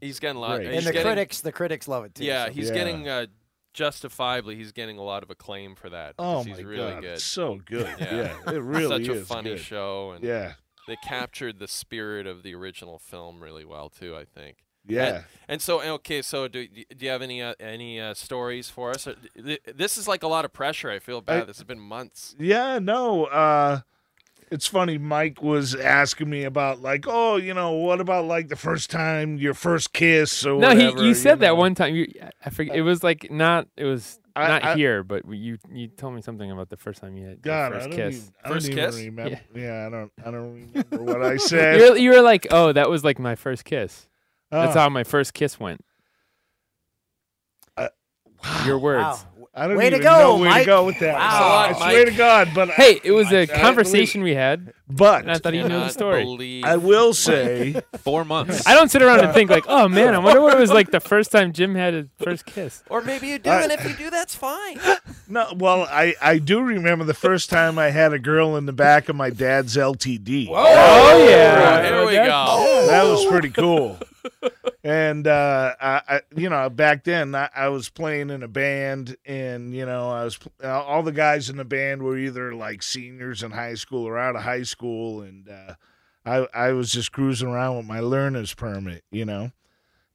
Speaker 3: He's getting a lot.
Speaker 1: Great.
Speaker 3: he's
Speaker 2: And the
Speaker 3: getting-
Speaker 2: critics, the critics love it too.
Speaker 3: Yeah,
Speaker 2: so-
Speaker 3: he's getting uh, justifiably. He's getting a lot of acclaim for that.
Speaker 1: Oh
Speaker 3: because he's
Speaker 1: my
Speaker 3: really
Speaker 1: God,
Speaker 3: good.
Speaker 1: it's so good. Yeah, it really
Speaker 3: Such a
Speaker 1: is
Speaker 3: funny
Speaker 1: good.
Speaker 3: show, and
Speaker 1: Yeah.
Speaker 3: they captured the spirit of the original film really well too. I think.
Speaker 1: Yeah.
Speaker 3: And, and so okay, so do do you have any uh, any uh, stories for us? Or- th- This is like a lot of pressure. I feel bad. this has been months.
Speaker 1: Yeah, no. Uh it's funny Mike was asking me about like, "Oh, you know, what about like the first time your first kiss or
Speaker 6: no,
Speaker 1: whatever?"
Speaker 6: he, you said
Speaker 1: know?
Speaker 6: that one time. You, I forget. It was like not. It was
Speaker 1: I-
Speaker 6: not
Speaker 1: I-
Speaker 6: here, but you you told me something about the first time you had your
Speaker 1: God,
Speaker 6: first
Speaker 1: I don't
Speaker 6: kiss.
Speaker 1: even, I don't even remember. Yeah. I don't I don't remember what I
Speaker 6: Yeah.
Speaker 1: said.
Speaker 6: You, were, you were like, oh, that was like my first kiss. That's
Speaker 1: Oh.
Speaker 6: how my first kiss went. Your words.
Speaker 1: Wow. I don't
Speaker 6: Way to
Speaker 1: even
Speaker 6: go,
Speaker 1: know where
Speaker 6: Mike.
Speaker 1: to go with that.
Speaker 6: Wow.
Speaker 1: I swear to God, but I-
Speaker 6: Hey, it was
Speaker 1: I- I
Speaker 6: a
Speaker 1: believe-
Speaker 6: conversation we had.
Speaker 1: But
Speaker 6: and I thought you knew the
Speaker 1: Cannot
Speaker 6: story.
Speaker 1: believe- I will say-
Speaker 15: Four months.
Speaker 6: I don't sit around and think like, oh man, I wonder what it was like the first time Jim had his first kiss.
Speaker 3: Or maybe you do,
Speaker 1: I-
Speaker 3: and if you do, that's fine.
Speaker 1: No, well, I, I do remember the first time I had a girl in the back of my dad's LTD.
Speaker 6: Oh yeah.
Speaker 3: There we go.
Speaker 1: That was pretty cool. And uh, I, I, you know, back then I, I was playing in a band, and you know, I was pl- uh, all the guys in the band were either like seniors in high school or out of high school, and uh, I, I was just cruising around with my learner's permit, you know.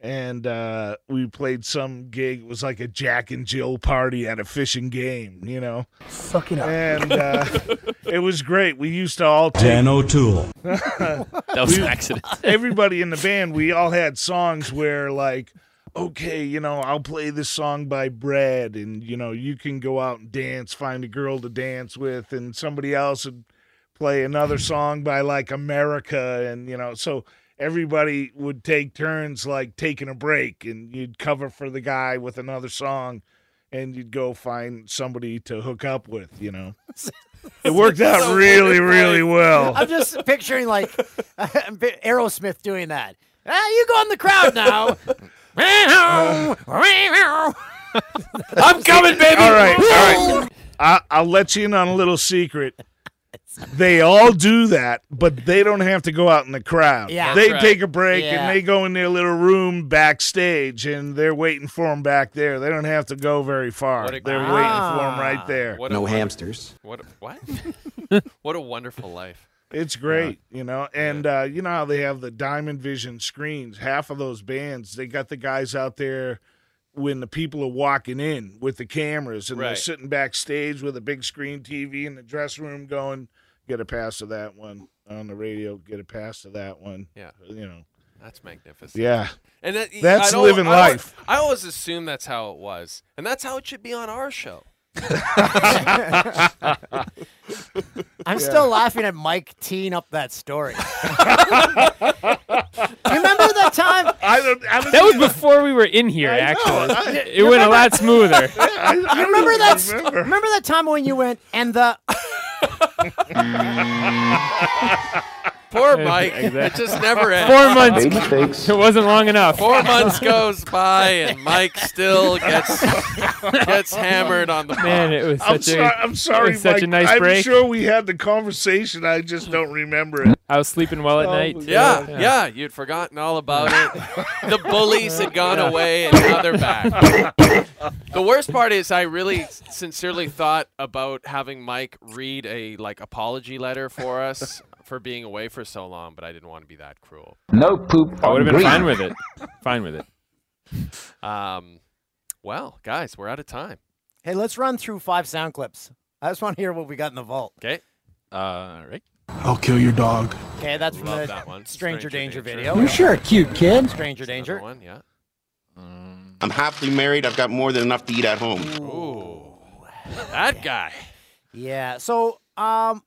Speaker 1: And uh, we played some gig. It was like a Jack and Jill party at a fishing game, you know. Suck it up. And uh, it was great. We used to all take
Speaker 14: Dan O'Toole.
Speaker 1: that
Speaker 14: was an accident.
Speaker 1: Everybody in the band, we all had songs where like, okay, you know, I'll play this song by Brad, and you know, you can go out and dance, find a girl to dance with, and somebody else would play another song by like America, and you know, so everybody would take turns like taking a break, and you'd cover for the guy with another song. And you'd go find somebody to hook up with, you know. It worked out
Speaker 2: So
Speaker 1: really,
Speaker 2: wonderful.
Speaker 1: really well.
Speaker 2: I'm just picturing like Aerosmith doing that. Ah, you go in the crowd now.
Speaker 1: I'm coming, baby. All right, all right. I, I'll let you in on a little secret. They all do that, but they don't have to go out in the crowd.
Speaker 18: Yeah.
Speaker 1: they
Speaker 18: That's right.
Speaker 1: take a break
Speaker 18: Yeah.
Speaker 1: and they go in their little room backstage, and they're waiting for them back there. They don't have to go very far. They're waiting for them
Speaker 18: Ah.
Speaker 1: right there.
Speaker 3: Ah. What a wonder- What? a- What? what a wonderful life.
Speaker 1: It's great, you know, and uh, you know how they have the Diamond Vision screens. Half of those bands, they got the guys out there when the people are walking in with the cameras, and they're
Speaker 18: Right.
Speaker 1: sitting backstage with a big screen TV in the dress room, going, "Get a pass to that one on the radio. Get a pass to that one." uh,
Speaker 3: Yeah.
Speaker 1: you know,
Speaker 3: That's magnificent.
Speaker 1: yeah,
Speaker 3: And that,
Speaker 1: that's
Speaker 3: I'd al-
Speaker 1: living
Speaker 3: I al-
Speaker 1: life.
Speaker 3: I always assume that's how it was, and that's how it should be on our show.
Speaker 2: I'm still laughing at Mike teeing up that story. Remember that time?
Speaker 1: I don't, I don't
Speaker 6: That was before we were in here. Actually,
Speaker 2: I-
Speaker 6: it went a lot smoother.
Speaker 2: You remember that? s- Remember. that time when you went and the
Speaker 3: Poor Mike. It just never ends.
Speaker 6: Four months. It wasn't long enough.
Speaker 3: Four months goes by, and Mike still gets gets hammered on the
Speaker 6: Man, it was
Speaker 1: I'm
Speaker 6: such
Speaker 1: sorry.
Speaker 6: a
Speaker 1: I'm sorry.
Speaker 6: it was such
Speaker 1: Mike.
Speaker 6: a nice
Speaker 1: I'm
Speaker 6: break.
Speaker 1: sure we had the conversation. I just don't remember it.
Speaker 6: I was sleeping well at
Speaker 1: Oh,
Speaker 6: night.
Speaker 3: Yeah, yeah, You'd forgotten all about it. The bullies had gone away, and now they're back. The worst part is, I really sincerely thought about having Mike read a like apology letter for us for being away for so long, but I didn't want to be that cruel.
Speaker 6: No poop. I would have been fine with it. Fine with it.
Speaker 3: Um, well, guys, we're out of time.
Speaker 2: hey, let's run through five sound clips. I just want to hear what we got in the vault.
Speaker 3: Okay. Uh, right.
Speaker 14: I'll kill your dog.
Speaker 2: Okay, that's from
Speaker 3: Love
Speaker 2: the
Speaker 3: that one.
Speaker 2: Stranger,
Speaker 3: Stranger
Speaker 2: Danger,
Speaker 3: Danger.
Speaker 2: video.
Speaker 14: You're sure a cute kid.
Speaker 2: Stranger Danger.
Speaker 3: One, yeah.
Speaker 14: I'm happily married. I've got more than enough to eat at home.
Speaker 3: Ooh, that guy.
Speaker 2: Yeah. So, um,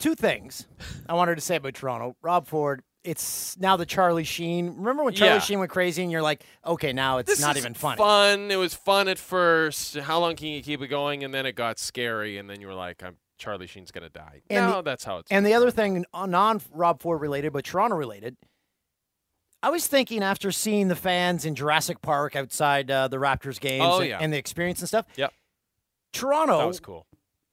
Speaker 2: two things I wanted to say about Toronto. Rob Ford it's now the Charlie Sheen. Remember when Charlie
Speaker 3: Yeah.
Speaker 2: Sheen went crazy, and you're like, okay, now it's
Speaker 3: This
Speaker 2: not
Speaker 3: is
Speaker 2: even funny.
Speaker 3: Fun. It was fun at first. How long can you keep it going? And then it got scary. And then you were like, "I'm Charlie Sheen's gonna die."
Speaker 2: And
Speaker 3: no,
Speaker 2: the-
Speaker 3: that's how it's.
Speaker 2: And the other thing, uh, non Rob Ford related, but Toronto related, I was thinking after seeing the fans in Jurassic Park outside uh, the Raptors games
Speaker 3: Oh,
Speaker 2: and,
Speaker 3: yeah.
Speaker 2: and the experience and stuff.
Speaker 3: Yep.
Speaker 2: Toronto
Speaker 3: That was cool.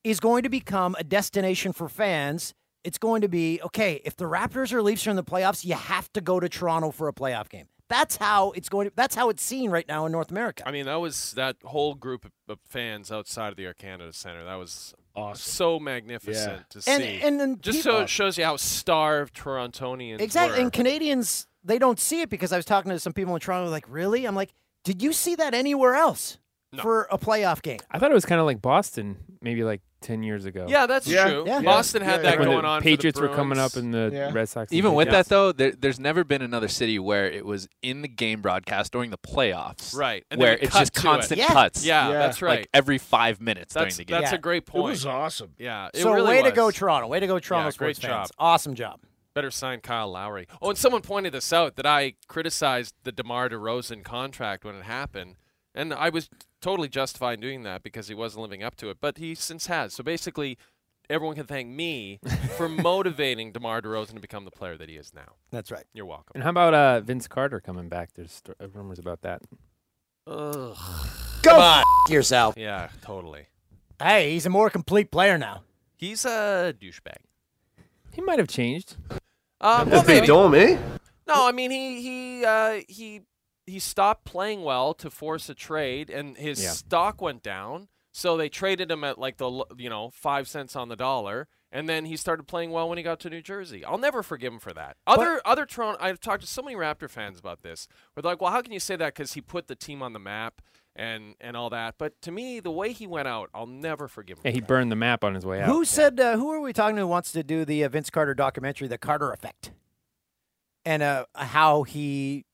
Speaker 2: is going to become a destination for fans. It's going to be okay if the Raptors or Leafs are in the playoffs, you have to go to Toronto for a playoff game. That's how it's going. To, that's how it's seen right now in North America.
Speaker 3: I mean, that was that whole group of- of fans outside of the Air Canada Center. That was awesome. So magnificent
Speaker 2: Yeah.
Speaker 3: to
Speaker 2: And-
Speaker 3: see.
Speaker 2: and then
Speaker 3: just
Speaker 2: people-
Speaker 3: so it shows you how starved Torontonians
Speaker 2: Exactly.
Speaker 3: were.
Speaker 2: And Canadians, they don't see it because I was talking to some people in Toronto, like, really? I'm like, did you see that anywhere else for a playoff game?
Speaker 6: I thought it was kind of like Boston, maybe like ten years ago.
Speaker 2: Yeah, that's Yeah. true. Yeah. Boston
Speaker 3: had
Speaker 6: Like
Speaker 3: that
Speaker 6: when
Speaker 3: going on for the
Speaker 6: Patriots were coming up,
Speaker 3: Bruins.
Speaker 6: and the Red Sox.
Speaker 15: Even with
Speaker 6: that
Speaker 15: that though, there, there's never been another city where it was in the game broadcast during the playoffs.
Speaker 3: Right, and they
Speaker 15: where
Speaker 3: would
Speaker 15: it's
Speaker 3: cut
Speaker 15: just
Speaker 3: to it.
Speaker 15: constant
Speaker 3: Yeah.
Speaker 15: cuts.
Speaker 3: Yeah, Yeah. that's right.
Speaker 15: Like every five minutes
Speaker 3: That's
Speaker 15: during the game.
Speaker 3: that's a great point.
Speaker 1: awesome.
Speaker 3: Yeah. It
Speaker 2: So
Speaker 3: really
Speaker 2: way to
Speaker 3: was.
Speaker 2: go, Toronto. Way to go, Toronto
Speaker 3: Yeah, great
Speaker 2: sports fans.
Speaker 3: job.
Speaker 2: Awesome job.
Speaker 3: Better sign Kyle Lowry. Oh, and someone pointed this out that I criticized the DeMar DeRozan contract when it happened, and I was totally justified in doing that because he wasn't living up to it, but he since has. So basically, everyone can thank me for motivating DeMar DeRozan to become the player that he is now.
Speaker 2: That's right.
Speaker 3: You're welcome.
Speaker 6: And how about uh, Vince Carter coming back? There's st- uh, rumors about that.
Speaker 3: Ugh.
Speaker 2: Go f- yourself.
Speaker 3: Yeah, totally.
Speaker 2: Hey, he's a more complete player now.
Speaker 3: He's a douchebag.
Speaker 6: He might have changed.
Speaker 3: Uh,
Speaker 6: That's
Speaker 3: well,
Speaker 6: pretty
Speaker 3: maybe.
Speaker 6: dumb, eh?
Speaker 3: No, I mean he he uh, he he stopped playing well to force a trade, and his
Speaker 6: Yeah.
Speaker 3: stock went down. So they traded him at like the l- you know five cents on the dollar, and then he started playing well when he got to New Jersey. I'll never forgive him for that. Other other Toronto, I've talked to so many Raptor fans about this. Where they're like, well, how can you say that? Because he put the team on the map and and all that. But to me, the way he went out, I'll never forgive him.
Speaker 6: Yeah, he burned the map on his way out.
Speaker 2: Who said? Uh, who are we talking to? Who wants to do the uh, Vince Carter documentary, The Carter Effect, and uh, how he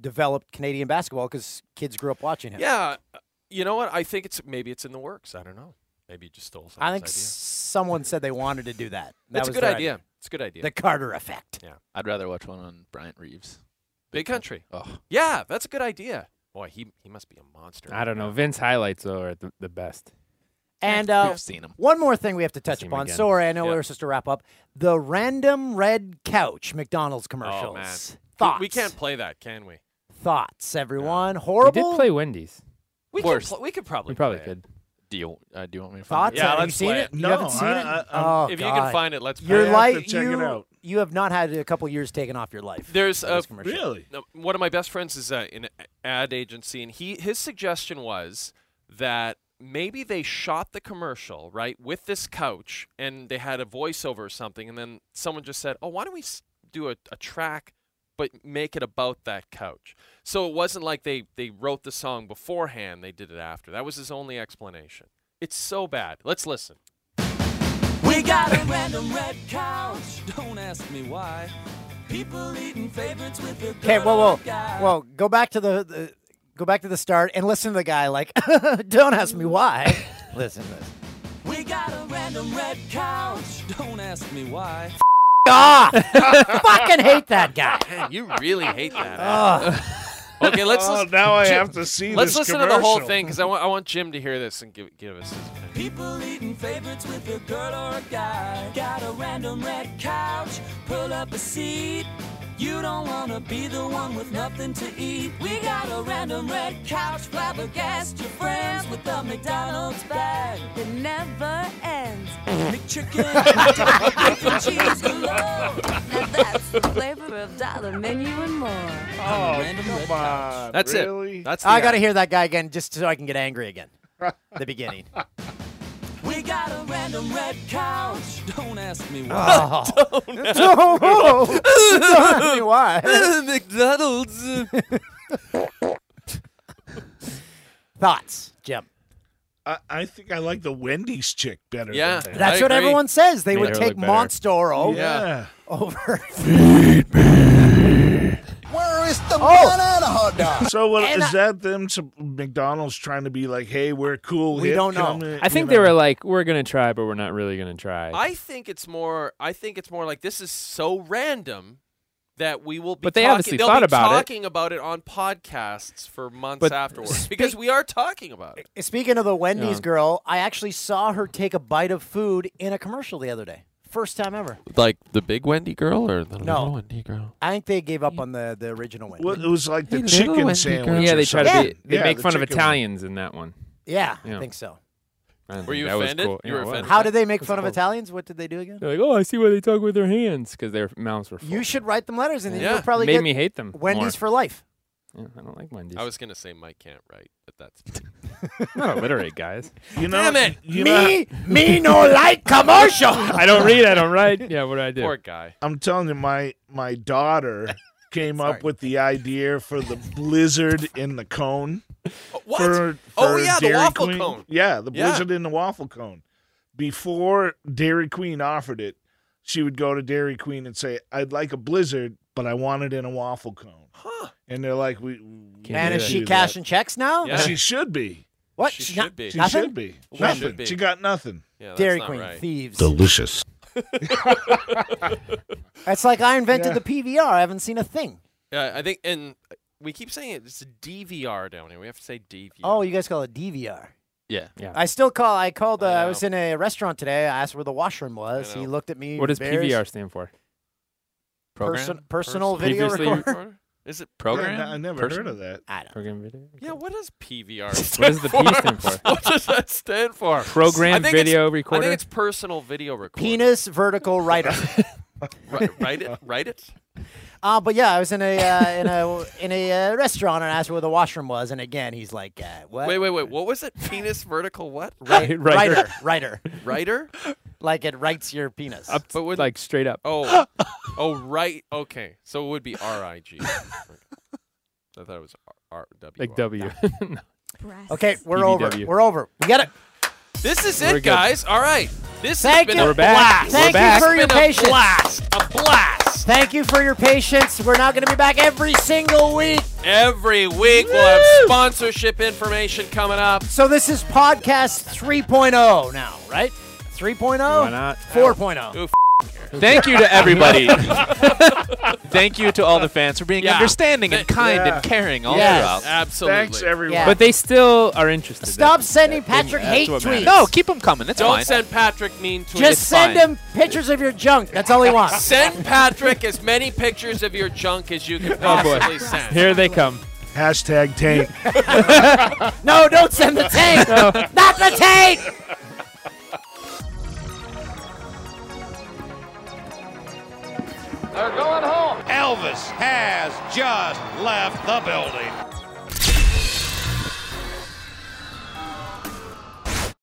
Speaker 2: developed Canadian basketball because kids grew up watching him.
Speaker 3: Yeah, uh, you know what? I think it's maybe it's in the works. I don't know. Maybe you just stole something.
Speaker 2: I think someone said they wanted to do that. that
Speaker 3: That's a
Speaker 2: was
Speaker 3: good
Speaker 2: their
Speaker 3: idea. It's a good idea.
Speaker 2: The Carter Effect.
Speaker 3: Yeah.
Speaker 15: I'd rather watch one on Bryant Reeves.
Speaker 3: Big country.
Speaker 15: Oh.
Speaker 3: Yeah, that's a good idea. Boy, he he must be a monster.
Speaker 6: I don't know. Vince highlights though are the, the best.
Speaker 2: And uh,
Speaker 6: We've seen 'em.
Speaker 2: one more thing we have to touch
Speaker 6: seen 'em
Speaker 2: upon.
Speaker 6: again.
Speaker 2: Sorry, I know
Speaker 6: Yeah.
Speaker 2: we're supposed to wrap up. The random red couch McDonald's commercials.
Speaker 3: Oh man,
Speaker 2: Thoughts.
Speaker 3: We, we can't play that, can we?
Speaker 2: Thoughts, everyone. Horrible.
Speaker 6: We did play Wendy's.
Speaker 3: We could, pl- we could probably.
Speaker 6: We probably
Speaker 3: play it.
Speaker 6: could.
Speaker 15: Do you uh, do you want me to
Speaker 2: Thoughts?
Speaker 15: find it?
Speaker 2: have you seen it? You haven't seen it? oh,
Speaker 3: if you can
Speaker 2: God.
Speaker 3: find it, let's play
Speaker 2: Your
Speaker 3: it. I have
Speaker 2: life.
Speaker 3: to check it
Speaker 2: you,
Speaker 3: out.
Speaker 2: you have not had a couple years taken off your life.
Speaker 3: There's
Speaker 2: for
Speaker 3: a
Speaker 2: this commercial.
Speaker 3: no, one of my best friends is uh, in an ad agency, and he his suggestion was that maybe they shot the commercial right with this couch, and they had a voiceover or something, and then someone just said, "Oh, why don't we s- do a, a track?" But make it about that couch. So it wasn't like they, they wrote the song beforehand, they did it after. That was his only explanation. It's so bad. Let's listen.
Speaker 19: We got a random red couch. Don't ask me why. People eating favorites with the
Speaker 2: Okay,
Speaker 19: good
Speaker 2: whoa,
Speaker 19: old
Speaker 2: whoa,
Speaker 19: guy.
Speaker 2: whoa. Go back to the, the go back to the start and listen to the guy. Like, don't ask me why. listen to this.
Speaker 19: We got a random red couch. Don't ask me why.
Speaker 2: off. Fucking hate that guy.
Speaker 3: Man, you really hate that.
Speaker 2: Ugh.
Speaker 6: Ah.
Speaker 3: ad. okay, let's.
Speaker 1: Oh,
Speaker 3: listen-
Speaker 1: now I
Speaker 3: Jim-
Speaker 1: have to see
Speaker 3: Let's
Speaker 1: this
Speaker 3: listen to the whole
Speaker 1: commercial.
Speaker 3: thing because I want I want Jim to hear this and give give us. His opinion.
Speaker 19: People eating favorites with a girl or a guy. Got a random red couch. Pull up a seat. You don't wanna be the one with nothing to eat. We got a random red couch. Flabbergast your friends with a McDonald's bag that never ends. McChicken, McDouble, bacon, cheese, hello. And that's the flavor of dollar menu and more. on
Speaker 14: Oh,
Speaker 19: the Random Red Couch.
Speaker 3: That's it. That's the
Speaker 2: I got to
Speaker 3: ad.
Speaker 2: hear that guy again just so I can get angry again. the beginning.
Speaker 19: We got a random red couch. Don't ask me
Speaker 2: Oh.
Speaker 19: why.
Speaker 2: Don't Oh. ask me why.
Speaker 19: McDonald's.
Speaker 2: Thoughts, Jim?
Speaker 1: I, I think I like the Wendy's chick better.
Speaker 2: Yeah,
Speaker 1: than that.
Speaker 2: That's what everyone says. They
Speaker 1: Made
Speaker 2: would
Speaker 1: her
Speaker 2: take
Speaker 1: look better.
Speaker 2: Monstoro
Speaker 1: Yeah.
Speaker 2: over.
Speaker 20: Where is the
Speaker 6: Oh.
Speaker 2: banana
Speaker 20: hot dog?
Speaker 1: So what is
Speaker 2: And I-
Speaker 1: that? Them some McDonald's trying to be like, hey, we're cool.
Speaker 2: We
Speaker 1: hip,
Speaker 2: don't know.
Speaker 1: come in,"
Speaker 6: I think
Speaker 1: you
Speaker 6: they
Speaker 1: know?
Speaker 6: were like, "We're gonna try, but we're not really gonna try."
Speaker 3: I think it's more. I think it's more like this is so random that we will be.
Speaker 6: But they
Speaker 3: talking,
Speaker 6: obviously
Speaker 3: they'll
Speaker 6: thought
Speaker 3: be
Speaker 6: about it.
Speaker 3: talking about it on podcasts for months
Speaker 6: But
Speaker 3: afterwards because we are talking about it.
Speaker 2: Speaking of the Wendy's
Speaker 3: Yeah.
Speaker 2: girl, I actually saw her take a bite of food in a commercial the other day. First time ever.
Speaker 5: Like the big Wendy girl or the little
Speaker 2: No,
Speaker 5: Wendy girl?
Speaker 2: I think they gave up on the, the original Wendy.
Speaker 1: Well, it was like the
Speaker 2: Hey, little
Speaker 1: chicken
Speaker 2: Wendy girl.
Speaker 1: sandwich.
Speaker 6: Yeah,
Speaker 1: or
Speaker 6: they try to
Speaker 1: something.
Speaker 6: be, they
Speaker 1: Yeah,
Speaker 6: make
Speaker 1: the
Speaker 6: fun of
Speaker 1: chicken
Speaker 6: Italians in that one.
Speaker 2: Yeah, I think so.
Speaker 6: Man,
Speaker 3: Were you
Speaker 6: that was
Speaker 3: offended?
Speaker 6: cool.
Speaker 3: You
Speaker 6: Yeah,
Speaker 3: were
Speaker 6: it was.
Speaker 3: offended?
Speaker 2: How did they make
Speaker 6: That's
Speaker 2: fun of
Speaker 6: cool.
Speaker 2: Italians? What did they do again?
Speaker 6: They're like, oh, I see why they talk with their hands because their mouths were full.
Speaker 2: You should write them letters, and then
Speaker 6: Yeah.
Speaker 2: you'll probably
Speaker 6: Made
Speaker 2: get
Speaker 6: me hate them
Speaker 2: Wendy's
Speaker 6: more.
Speaker 2: for life.
Speaker 6: Yeah, I don't like Wendy's.
Speaker 3: I was gonna say Mike can't write, but that's
Speaker 6: not illiterate, guys.
Speaker 1: You
Speaker 3: know- Damn it!
Speaker 1: you know- Me-
Speaker 2: me no like commercial.
Speaker 6: I don't read. I don't write. Yeah, what do I do?
Speaker 3: Poor guy.
Speaker 1: I'm telling you, my my daughter came up with the idea for the blizzard in the cone.
Speaker 3: What?
Speaker 1: For,
Speaker 3: Oh,
Speaker 1: for
Speaker 3: yeah, the
Speaker 1: Dairy
Speaker 3: waffle
Speaker 1: Queen.
Speaker 3: cone.
Speaker 1: Yeah, the
Speaker 3: Yeah.
Speaker 1: blizzard in the waffle cone. Before Dairy Queen offered it, she would go to Dairy Queen and say, "I'd like a blizzard, but I want it in a waffle cone." Huh? And they're like, "We." we
Speaker 2: and
Speaker 1: can't
Speaker 2: is
Speaker 1: do
Speaker 2: she
Speaker 1: that.
Speaker 2: cashing checks now?
Speaker 1: She should be.
Speaker 2: What?
Speaker 3: She
Speaker 2: She's
Speaker 3: should
Speaker 2: not-
Speaker 3: be.
Speaker 1: She
Speaker 2: nothing?
Speaker 1: should be.
Speaker 2: She
Speaker 1: nothing.
Speaker 3: should be.
Speaker 1: She got nothing.
Speaker 3: Yeah, that's
Speaker 2: Dairy
Speaker 3: not
Speaker 2: Queen
Speaker 3: right.
Speaker 2: thieves.
Speaker 1: Delicious.
Speaker 2: That's like I invented
Speaker 3: Yeah.
Speaker 2: the PVR. I haven't seen a thing.
Speaker 3: Yeah, I think, and we keep saying it. It's DVR down here. We have to say DVR.
Speaker 2: Oh, you guys call it DVR.
Speaker 3: Yeah. Yeah.
Speaker 2: I still call. I called. Uh, I, was in a restaurant today. I asked where the washroom was. He looked at me.
Speaker 6: What does
Speaker 2: embarrassed.
Speaker 6: PVR stand for?
Speaker 2: Person- personal video
Speaker 6: Previously
Speaker 2: recorder.
Speaker 3: Is it
Speaker 6: program?
Speaker 1: Yeah, I never
Speaker 6: Person?
Speaker 1: heard of that.
Speaker 2: I don't.
Speaker 6: Program video.
Speaker 3: Yeah, what does PVR
Speaker 6: What does the P stand for?
Speaker 3: what does that stand for?
Speaker 6: Program
Speaker 3: I think it's-
Speaker 6: video
Speaker 3: I
Speaker 6: recorder?
Speaker 3: think it's personal video recorder.
Speaker 2: Penis vertical writer.
Speaker 3: Ri- write it. Write it.
Speaker 2: Uh, but yeah, I was in a uh, in a in a uh, restaurant and I asked where the washroom was, and again he's like, uh, "What?
Speaker 3: Wait, wait, wait. What was it? Penis vertical what?
Speaker 2: Ri- writer, writer,
Speaker 3: Writer?
Speaker 2: like it writes your penis."
Speaker 6: Up, like straight up.
Speaker 3: Oh, oh, right. Okay, so it would be R I G. I thought it was R W.
Speaker 6: like W.
Speaker 2: Okay, we're over.
Speaker 6: BBW.
Speaker 2: We're over. We get it.
Speaker 3: This is
Speaker 6: We're
Speaker 3: it,
Speaker 6: good.
Speaker 3: guys. All right. This
Speaker 2: Thank
Speaker 3: has been
Speaker 2: you.
Speaker 3: a
Speaker 2: We're back.
Speaker 3: blast.
Speaker 2: Thank We're you back. for your
Speaker 3: It's been
Speaker 2: patience.
Speaker 3: A blast. A blast.
Speaker 2: Thank you for your patience. We're now going to be back every single week.
Speaker 3: Every week we'll have sponsorship information coming up.
Speaker 2: So this is podcast 3.0 now, right? oh? 3.0?
Speaker 3: Why not?
Speaker 2: 4.0.
Speaker 3: Who f-
Speaker 15: Oh. Thank you to everybody. Thank you to all the fans for being
Speaker 3: Yeah.
Speaker 15: understanding and
Speaker 3: Th-
Speaker 15: kind
Speaker 3: yeah.
Speaker 15: and caring all
Speaker 3: Yes.
Speaker 15: throughout.
Speaker 3: Absolutely. Thanks, everyone.
Speaker 6: But they still are interested.
Speaker 2: Stop sending Patrick hate tweets.
Speaker 15: No, keep them coming. It's
Speaker 3: Don't
Speaker 15: fine.
Speaker 3: send Patrick mean tweets.
Speaker 2: Just send him pictures of your junk. That's all he wants.
Speaker 3: Send Patrick as many pictures of your junk as you can
Speaker 1: Oh,
Speaker 3: possibly send.
Speaker 6: Oh, Here they come.
Speaker 1: Hashtag taint.
Speaker 2: no, don't send the tape. Not the tape.
Speaker 20: They're going home. Elvis has just left the building.